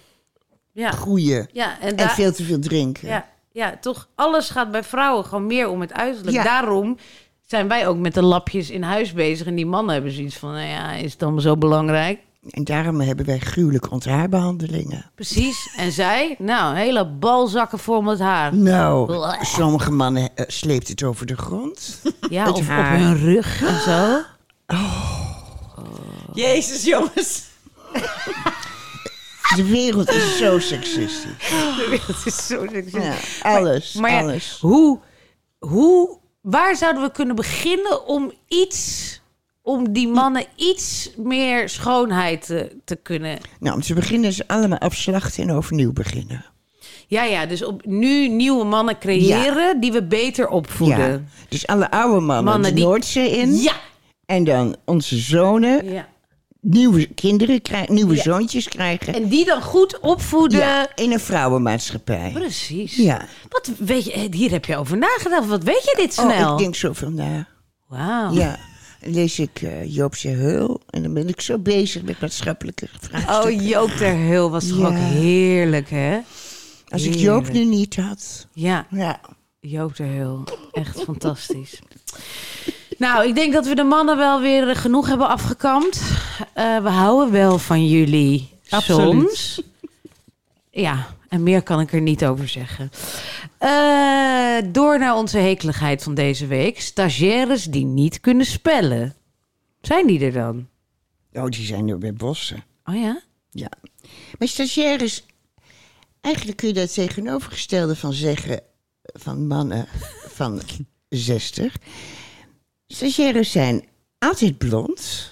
Speaker 2: Ja,
Speaker 4: groeien.
Speaker 2: eh, ja,
Speaker 4: En,
Speaker 2: en, daar,
Speaker 4: veel te veel drinken.
Speaker 2: Ja, ja, toch. Alles gaat bij vrouwen gewoon meer om het uiterlijk.
Speaker 4: Ja.
Speaker 2: Daarom zijn wij ook met de lapjes in huis bezig. En die mannen hebben zoiets van, nou ja, is het allemaal zo belangrijk?
Speaker 4: En daarom hebben wij gruwelijke onthaarbehandelingen.
Speaker 2: Precies. En zij, nou, hele balzakken vol met haar.
Speaker 4: Nou,
Speaker 2: Blah.
Speaker 4: sommige mannen eh, sleept het over de grond.
Speaker 2: Ja,
Speaker 4: Het
Speaker 2: of
Speaker 4: haar.
Speaker 2: op hun rug en zo.
Speaker 3: Jezus, jongens.
Speaker 4: De wereld is zo seksistisch.
Speaker 2: Dat is zo
Speaker 3: dus-
Speaker 4: Ja, alles,
Speaker 2: Maar ja,
Speaker 4: alles.
Speaker 2: hoe, hoe, waar zouden we kunnen beginnen om iets, om die mannen iets meer schoonheid te, te kunnen
Speaker 4: Nou, om te beginnen ze allemaal afslachten en overnieuw beginnen.
Speaker 2: Ja, ja, dus op, nu nieuwe mannen creëren die we beter opvoeden.
Speaker 4: Ja. Dus alle oude mannen,
Speaker 2: Mannen
Speaker 4: de
Speaker 2: die-
Speaker 4: Noordzee in.
Speaker 2: Ja.
Speaker 4: En dan onze zonen
Speaker 2: ja.
Speaker 4: nieuwe kinderen krijgen, nieuwe
Speaker 2: Ja.
Speaker 4: zoontjes krijgen.
Speaker 2: En die dan goed opvoeden.
Speaker 4: ja, in een vrouwenmaatschappij.
Speaker 2: Precies.
Speaker 4: Ja.
Speaker 2: Wat weet je, eh, hier heb je over nagedacht. Wat weet je dit snel? Oh.
Speaker 4: Oh, ik denk zoveel na.
Speaker 2: Wauw.
Speaker 4: Ja. Dan lees ik eh, Joopse Heul en dan ben ik zo bezig met maatschappelijke vraagstukken.
Speaker 2: Oh, Joop ter Heul was toch
Speaker 4: Ja.
Speaker 2: ook heerlijk, hè?
Speaker 4: Als ik Joop nu niet had.
Speaker 2: Ja,
Speaker 4: Ja.
Speaker 2: Joop ter Heul. Echt fantastisch. Nou, ik denk dat we de mannen wel weer eh, genoeg hebben afgekampt. Eh, we houden wel van jullie.
Speaker 3: Absoluut.
Speaker 2: Soms. Ja, En meer kan ik er niet over zeggen. Eh, door naar onze hekeligheid van deze week. Stagiaires die niet kunnen spellen. Zijn die er dan?
Speaker 4: Oh, die zijn nu bij bossen.
Speaker 2: Oh ja?
Speaker 4: Ja. Maar stagiaires, eigenlijk kun je daar het tegenovergestelde van zeggen van mannen van 60. Stagiaires zijn altijd blond,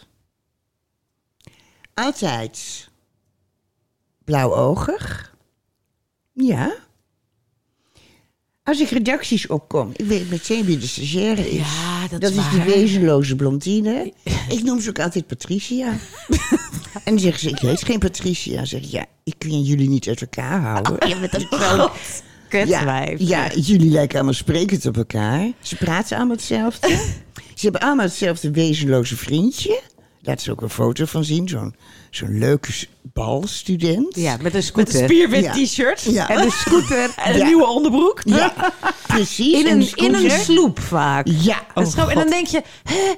Speaker 4: altijd blauwoogig. Ja. Als ik redacties opkom, ik weet meteen wie de stagiaire is.
Speaker 2: Ja, dat is
Speaker 4: is die
Speaker 2: waar.
Speaker 4: wezenloze blondine. Ik noem ze ook altijd Patricia. En dan zeggen ze, ik heet geen Patricia. Dan zeg ik, ja, ik kan jullie niet uit elkaar houden.
Speaker 2: Oh,
Speaker 4: ja, ja, jullie lijken allemaal sprekend op elkaar. Ze praten allemaal hetzelfde. ze hebben allemaal hetzelfde wezenloze vriendje. Laat ze ook een foto van zien. Zo'n zo'n leuke s- balstudent.
Speaker 2: Ja, met een
Speaker 3: Met een
Speaker 2: scooter.
Speaker 3: spierwit
Speaker 4: Ja.
Speaker 3: t-shirt
Speaker 4: Ja.
Speaker 3: en een scooter en een
Speaker 4: Ja.
Speaker 3: nieuwe onderbroek.
Speaker 4: Ja, precies.
Speaker 2: in, een,
Speaker 4: En
Speaker 2: Oh.
Speaker 4: die
Speaker 2: in
Speaker 4: scooter.
Speaker 2: een sloep vaak.
Speaker 4: Ja.
Speaker 2: Dat is grappig. en dan denk je, hè,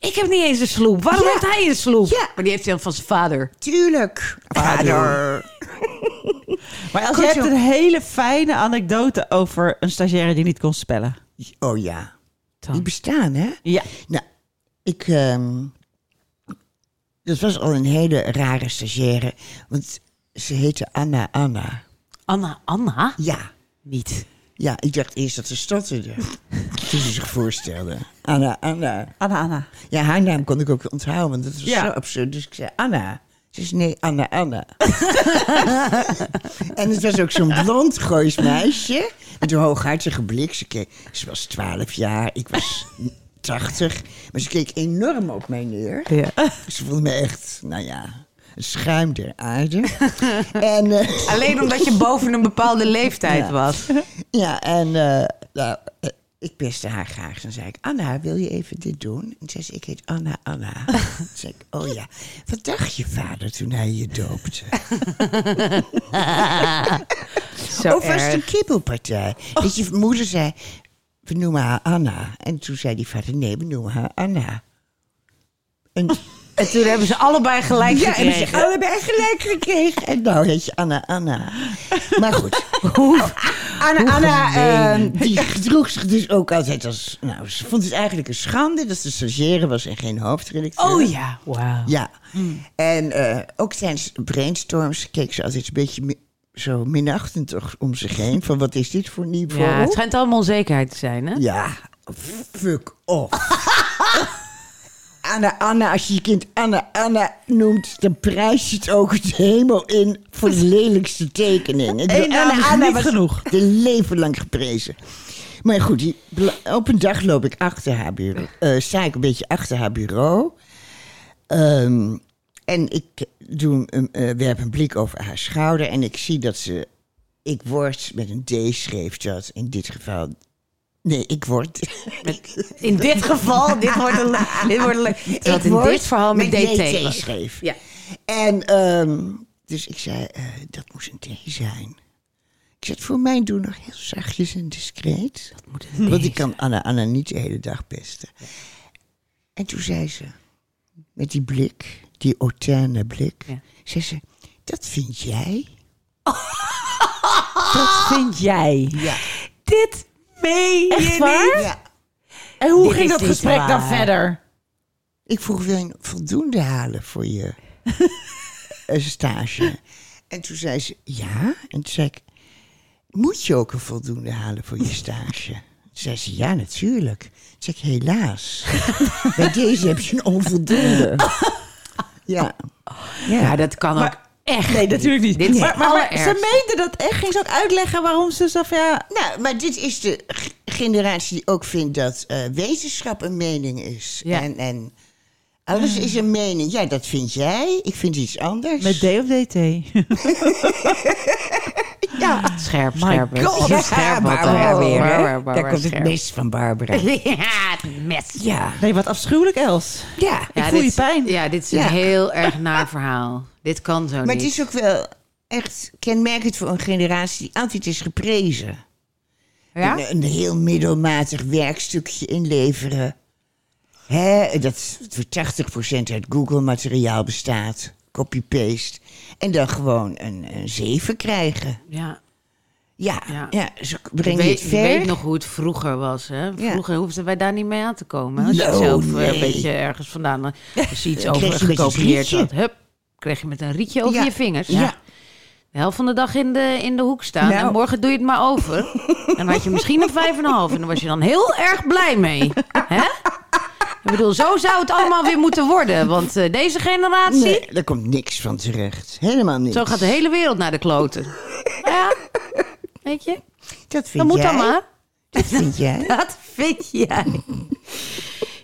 Speaker 2: ik heb niet eens een sloep. Waarom
Speaker 4: Ja.
Speaker 2: heeft hij een sloep?
Speaker 4: Ja.
Speaker 2: Maar die heeft hij dan van zijn vader.
Speaker 4: Tuurlijk. Vader.
Speaker 3: Maar als je
Speaker 4: Goed,
Speaker 3: hebt
Speaker 4: joh.
Speaker 3: een hele fijne anekdote over een stagiaire die niet kon spellen.
Speaker 4: Oh ja.
Speaker 2: Dan.
Speaker 4: Die bestaan, hè?
Speaker 3: Ja.
Speaker 4: Nou, ik. ehm, dat was al een hele rare stagiaire. Want ze heette Anna Anna.
Speaker 2: Anna, Anna?
Speaker 4: Ja.
Speaker 2: Niet.
Speaker 4: Ja, ik dacht eerst dat ze stotterde. toen ze zich voorstelde. Anna Anna.
Speaker 3: Anna, Anna.
Speaker 4: Ja, haar naam kon ik ook onthouden, want dat was
Speaker 3: Ja.
Speaker 4: zo absurd. Dus ik zei Anna. Ze zei nee, Anna Anna. en het was ook zo'n blond Goois meisje. Met een hooghartige blik. Ze, keek, ze was 12 jaar, ik was 80. Maar ze keek enorm op mij neer.
Speaker 3: Ja.
Speaker 4: Ze voelde me echt, nou ja, een schuim der aarde. en, eh,
Speaker 2: Alleen omdat je boven een bepaalde leeftijd
Speaker 4: Ja.
Speaker 2: was.
Speaker 4: ja, en eh, nou, eh, ik piste haar graag. Dan zei ik, Anna, wil je even dit doen? En zei ze, ik heet Anna Anna. Toen zei ik, oh ja, wat dacht je vader toen hij je doopte?
Speaker 2: Zo
Speaker 4: of was het een kibbelpartij? Dat je moeder zei, we noemen haar Anna. En toen zei die vader, nee, we noemen haar Anna. En,
Speaker 2: En toen hebben ze allebei gelijk
Speaker 4: ja, en ze
Speaker 2: gekregen.
Speaker 4: allebei gelijk gekregen. En nou heet je Anna Anna. Maar goed, hoe, Anna, Anna ehm, die gedroeg zich dus ook altijd als... Nou, ze vond het eigenlijk een schande dat ze stagiaire was en geen hoofdredacteur.
Speaker 2: Oh ja, Hmm. wauw.
Speaker 4: Ja. En eh, ook tijdens brainstorms keek ze altijd een beetje mi- zo minachtend toch om zich heen. Van wat is dit voor niveau?
Speaker 2: Ja, het schijnt allemaal onzekerheid te zijn, hè?
Speaker 4: Ja, fuck off. Anna, Anna, als je je kind Anna, Anna noemt, dan prijs je het ook het hemel in voor de lelijkste tekening. Ik bedoel,
Speaker 3: Eén naam is niet genoeg.
Speaker 4: De leven lang geprezen. Maar goed, die, bla- op een dag loop ik achter haar bureau. eh, sta ik een beetje achter haar bureau. Ehm, en ik doe een, eh, werp een blik over haar schouder en ik zie dat ze. Ik word met een D schreef dat in dit geval. Nee, ik word.
Speaker 2: In dit geval, dit wordt een... le- Dit wordt een le- Terwijl het
Speaker 4: ik
Speaker 2: in dit verhaal met DT
Speaker 4: DT
Speaker 2: was.
Speaker 4: schreef.
Speaker 2: Ja.
Speaker 4: En ehm, dus ik zei, eh, dat moest een D zijn. Ik zei, voor mij doe nog heel zachtjes en discreet. Want ik kan Anna, Anna niet de hele dag pesten. En toen zei ze, met die blik, die hautaine blik,
Speaker 2: Ja.
Speaker 4: zei ze, dat vind jij?
Speaker 3: Dat vind jij.
Speaker 2: Dit meen
Speaker 3: Echt
Speaker 2: je
Speaker 3: waar?
Speaker 2: niet?
Speaker 4: Ja. dus
Speaker 3: En hoe
Speaker 2: Dit
Speaker 3: ging
Speaker 2: is
Speaker 3: dat
Speaker 2: niet
Speaker 3: gesprek dan
Speaker 2: waar.
Speaker 3: verder?
Speaker 4: Ik vroeg, wil je voldoende halen voor je eh, stage? En toen zei ze, ja. En toen zei ik, moet je ook een voldoende halen voor je stage? Toen zei ze, ja, natuurlijk. Toen zei ik, helaas. Bij deze heb je een onvoldoende. Ja.
Speaker 2: Ja, dat kan ook
Speaker 3: Maar-
Speaker 2: echt
Speaker 3: Nee, natuurlijk niet.
Speaker 2: Dit is
Speaker 3: maar, maar, maar
Speaker 2: allerergst.
Speaker 3: ze meende dat echt. Ging ze ook uitleggen waarom ze zo van ja...
Speaker 4: Nou, maar dit is de g- generatie die ook vindt dat eh, wetenschap een mening is.
Speaker 2: Ja.
Speaker 4: En, en alles is een mening. Ja, dat vind jij. Ik vind iets anders.
Speaker 3: Met D of DT?
Speaker 4: ja.
Speaker 2: Scherp,
Speaker 3: My
Speaker 2: scherp. hè?
Speaker 3: God.
Speaker 2: Ja, scherp wat
Speaker 4: Barbara
Speaker 2: dan.
Speaker 4: weer, hè?
Speaker 2: Barbara, Barbara,
Speaker 4: Daar komt het
Speaker 2: scherp.
Speaker 4: mes van Barbara.
Speaker 2: Ja, het mes.
Speaker 4: Ja.
Speaker 3: Nee, wat afschuwelijk, Els.
Speaker 4: Ah. Ja.
Speaker 2: Ja,
Speaker 3: voel
Speaker 2: dit-
Speaker 3: je pijn.
Speaker 2: Ja, dit is een
Speaker 4: Ja.
Speaker 2: heel erg naar verhaal. Dit kan zo niet.
Speaker 4: Maar het is ook wel echt kenmerkend voor een generatie die altijd is geprezen.
Speaker 2: ja?
Speaker 4: Een, een heel middelmatig werkstukje inleveren. Hè, dat voor 80% uit Google-materiaal bestaat. copy-paste. En dan gewoon een, een 7 krijgen.
Speaker 2: Ja.
Speaker 4: Ja,
Speaker 2: Ja.
Speaker 4: ja. ze
Speaker 2: Ik
Speaker 4: brengen
Speaker 2: weet,
Speaker 4: het
Speaker 2: ik
Speaker 4: ver.
Speaker 2: weet nog hoe het vroeger was. Hè?
Speaker 4: Ja.
Speaker 2: Vroeger hoefden wij daar niet mee aan te komen. Als je
Speaker 4: No,
Speaker 2: zelf eh, een
Speaker 4: nee.
Speaker 2: beetje ergens vandaan eh, als je iets
Speaker 4: Dan kreeg
Speaker 2: over
Speaker 4: je met een
Speaker 2: gekopieerd
Speaker 4: rietje.
Speaker 2: had. Hup, kreeg je met een rietje over
Speaker 4: Ja.
Speaker 2: je vingers.
Speaker 4: Ja.
Speaker 2: De helft van de dag in de, in de hoek staan.
Speaker 4: Nou.
Speaker 2: En morgen doe je het maar over. dan had je misschien een vijf en een half. En dan was je dan heel erg blij mee. Hè? Ik bedoel, zo zou het allemaal weer moeten worden. Want eh, deze generatie,
Speaker 4: Nee, daar komt niks van terecht. Helemaal niks.
Speaker 2: zo gaat de hele wereld naar de kloten. ja, weet je?
Speaker 4: Dat vind
Speaker 2: Dat moet
Speaker 4: jij.
Speaker 2: dan maar.
Speaker 4: Dat vind jij.
Speaker 2: Dat vind jij.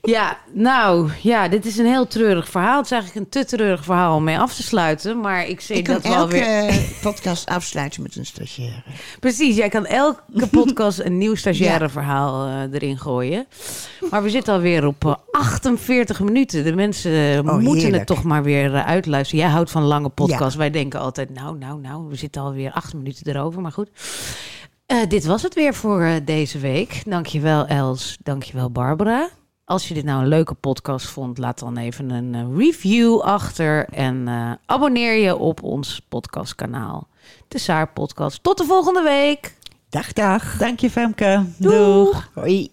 Speaker 2: Ja, nou, ja, dit is een heel treurig verhaal. Het is eigenlijk een te treurig verhaal om mee af te sluiten. Maar ik zie
Speaker 4: Ik kan
Speaker 2: dat wel
Speaker 4: elke
Speaker 2: weer...
Speaker 4: eh, podcast afsluiten met een stagiaire.
Speaker 2: Precies, jij kan elke podcast een nieuw stagiaire verhaal eh, erin gooien. Maar we zitten alweer op eh, 48 minuten. De mensen eh, moeten het
Speaker 4: Oh, heerlijk.
Speaker 2: toch maar weer eh, uitluisteren. Jij houdt van lange podcasts. Wij denken altijd, nou, nou, nou, we zitten alweer acht minuten erover. Maar goed. Eh, dit was het weer voor eh, deze week. Dankjewel Els, dankjewel Barbara. Als je dit nou een leuke podcast vond, laat dan even een eh, review achter. En eh, abonneer je op ons podcastkanaal. De Saar Podcast. Tot de volgende week.
Speaker 4: Dag, dag.
Speaker 3: Dank je, Femke.
Speaker 2: Doeg.
Speaker 4: Hoi.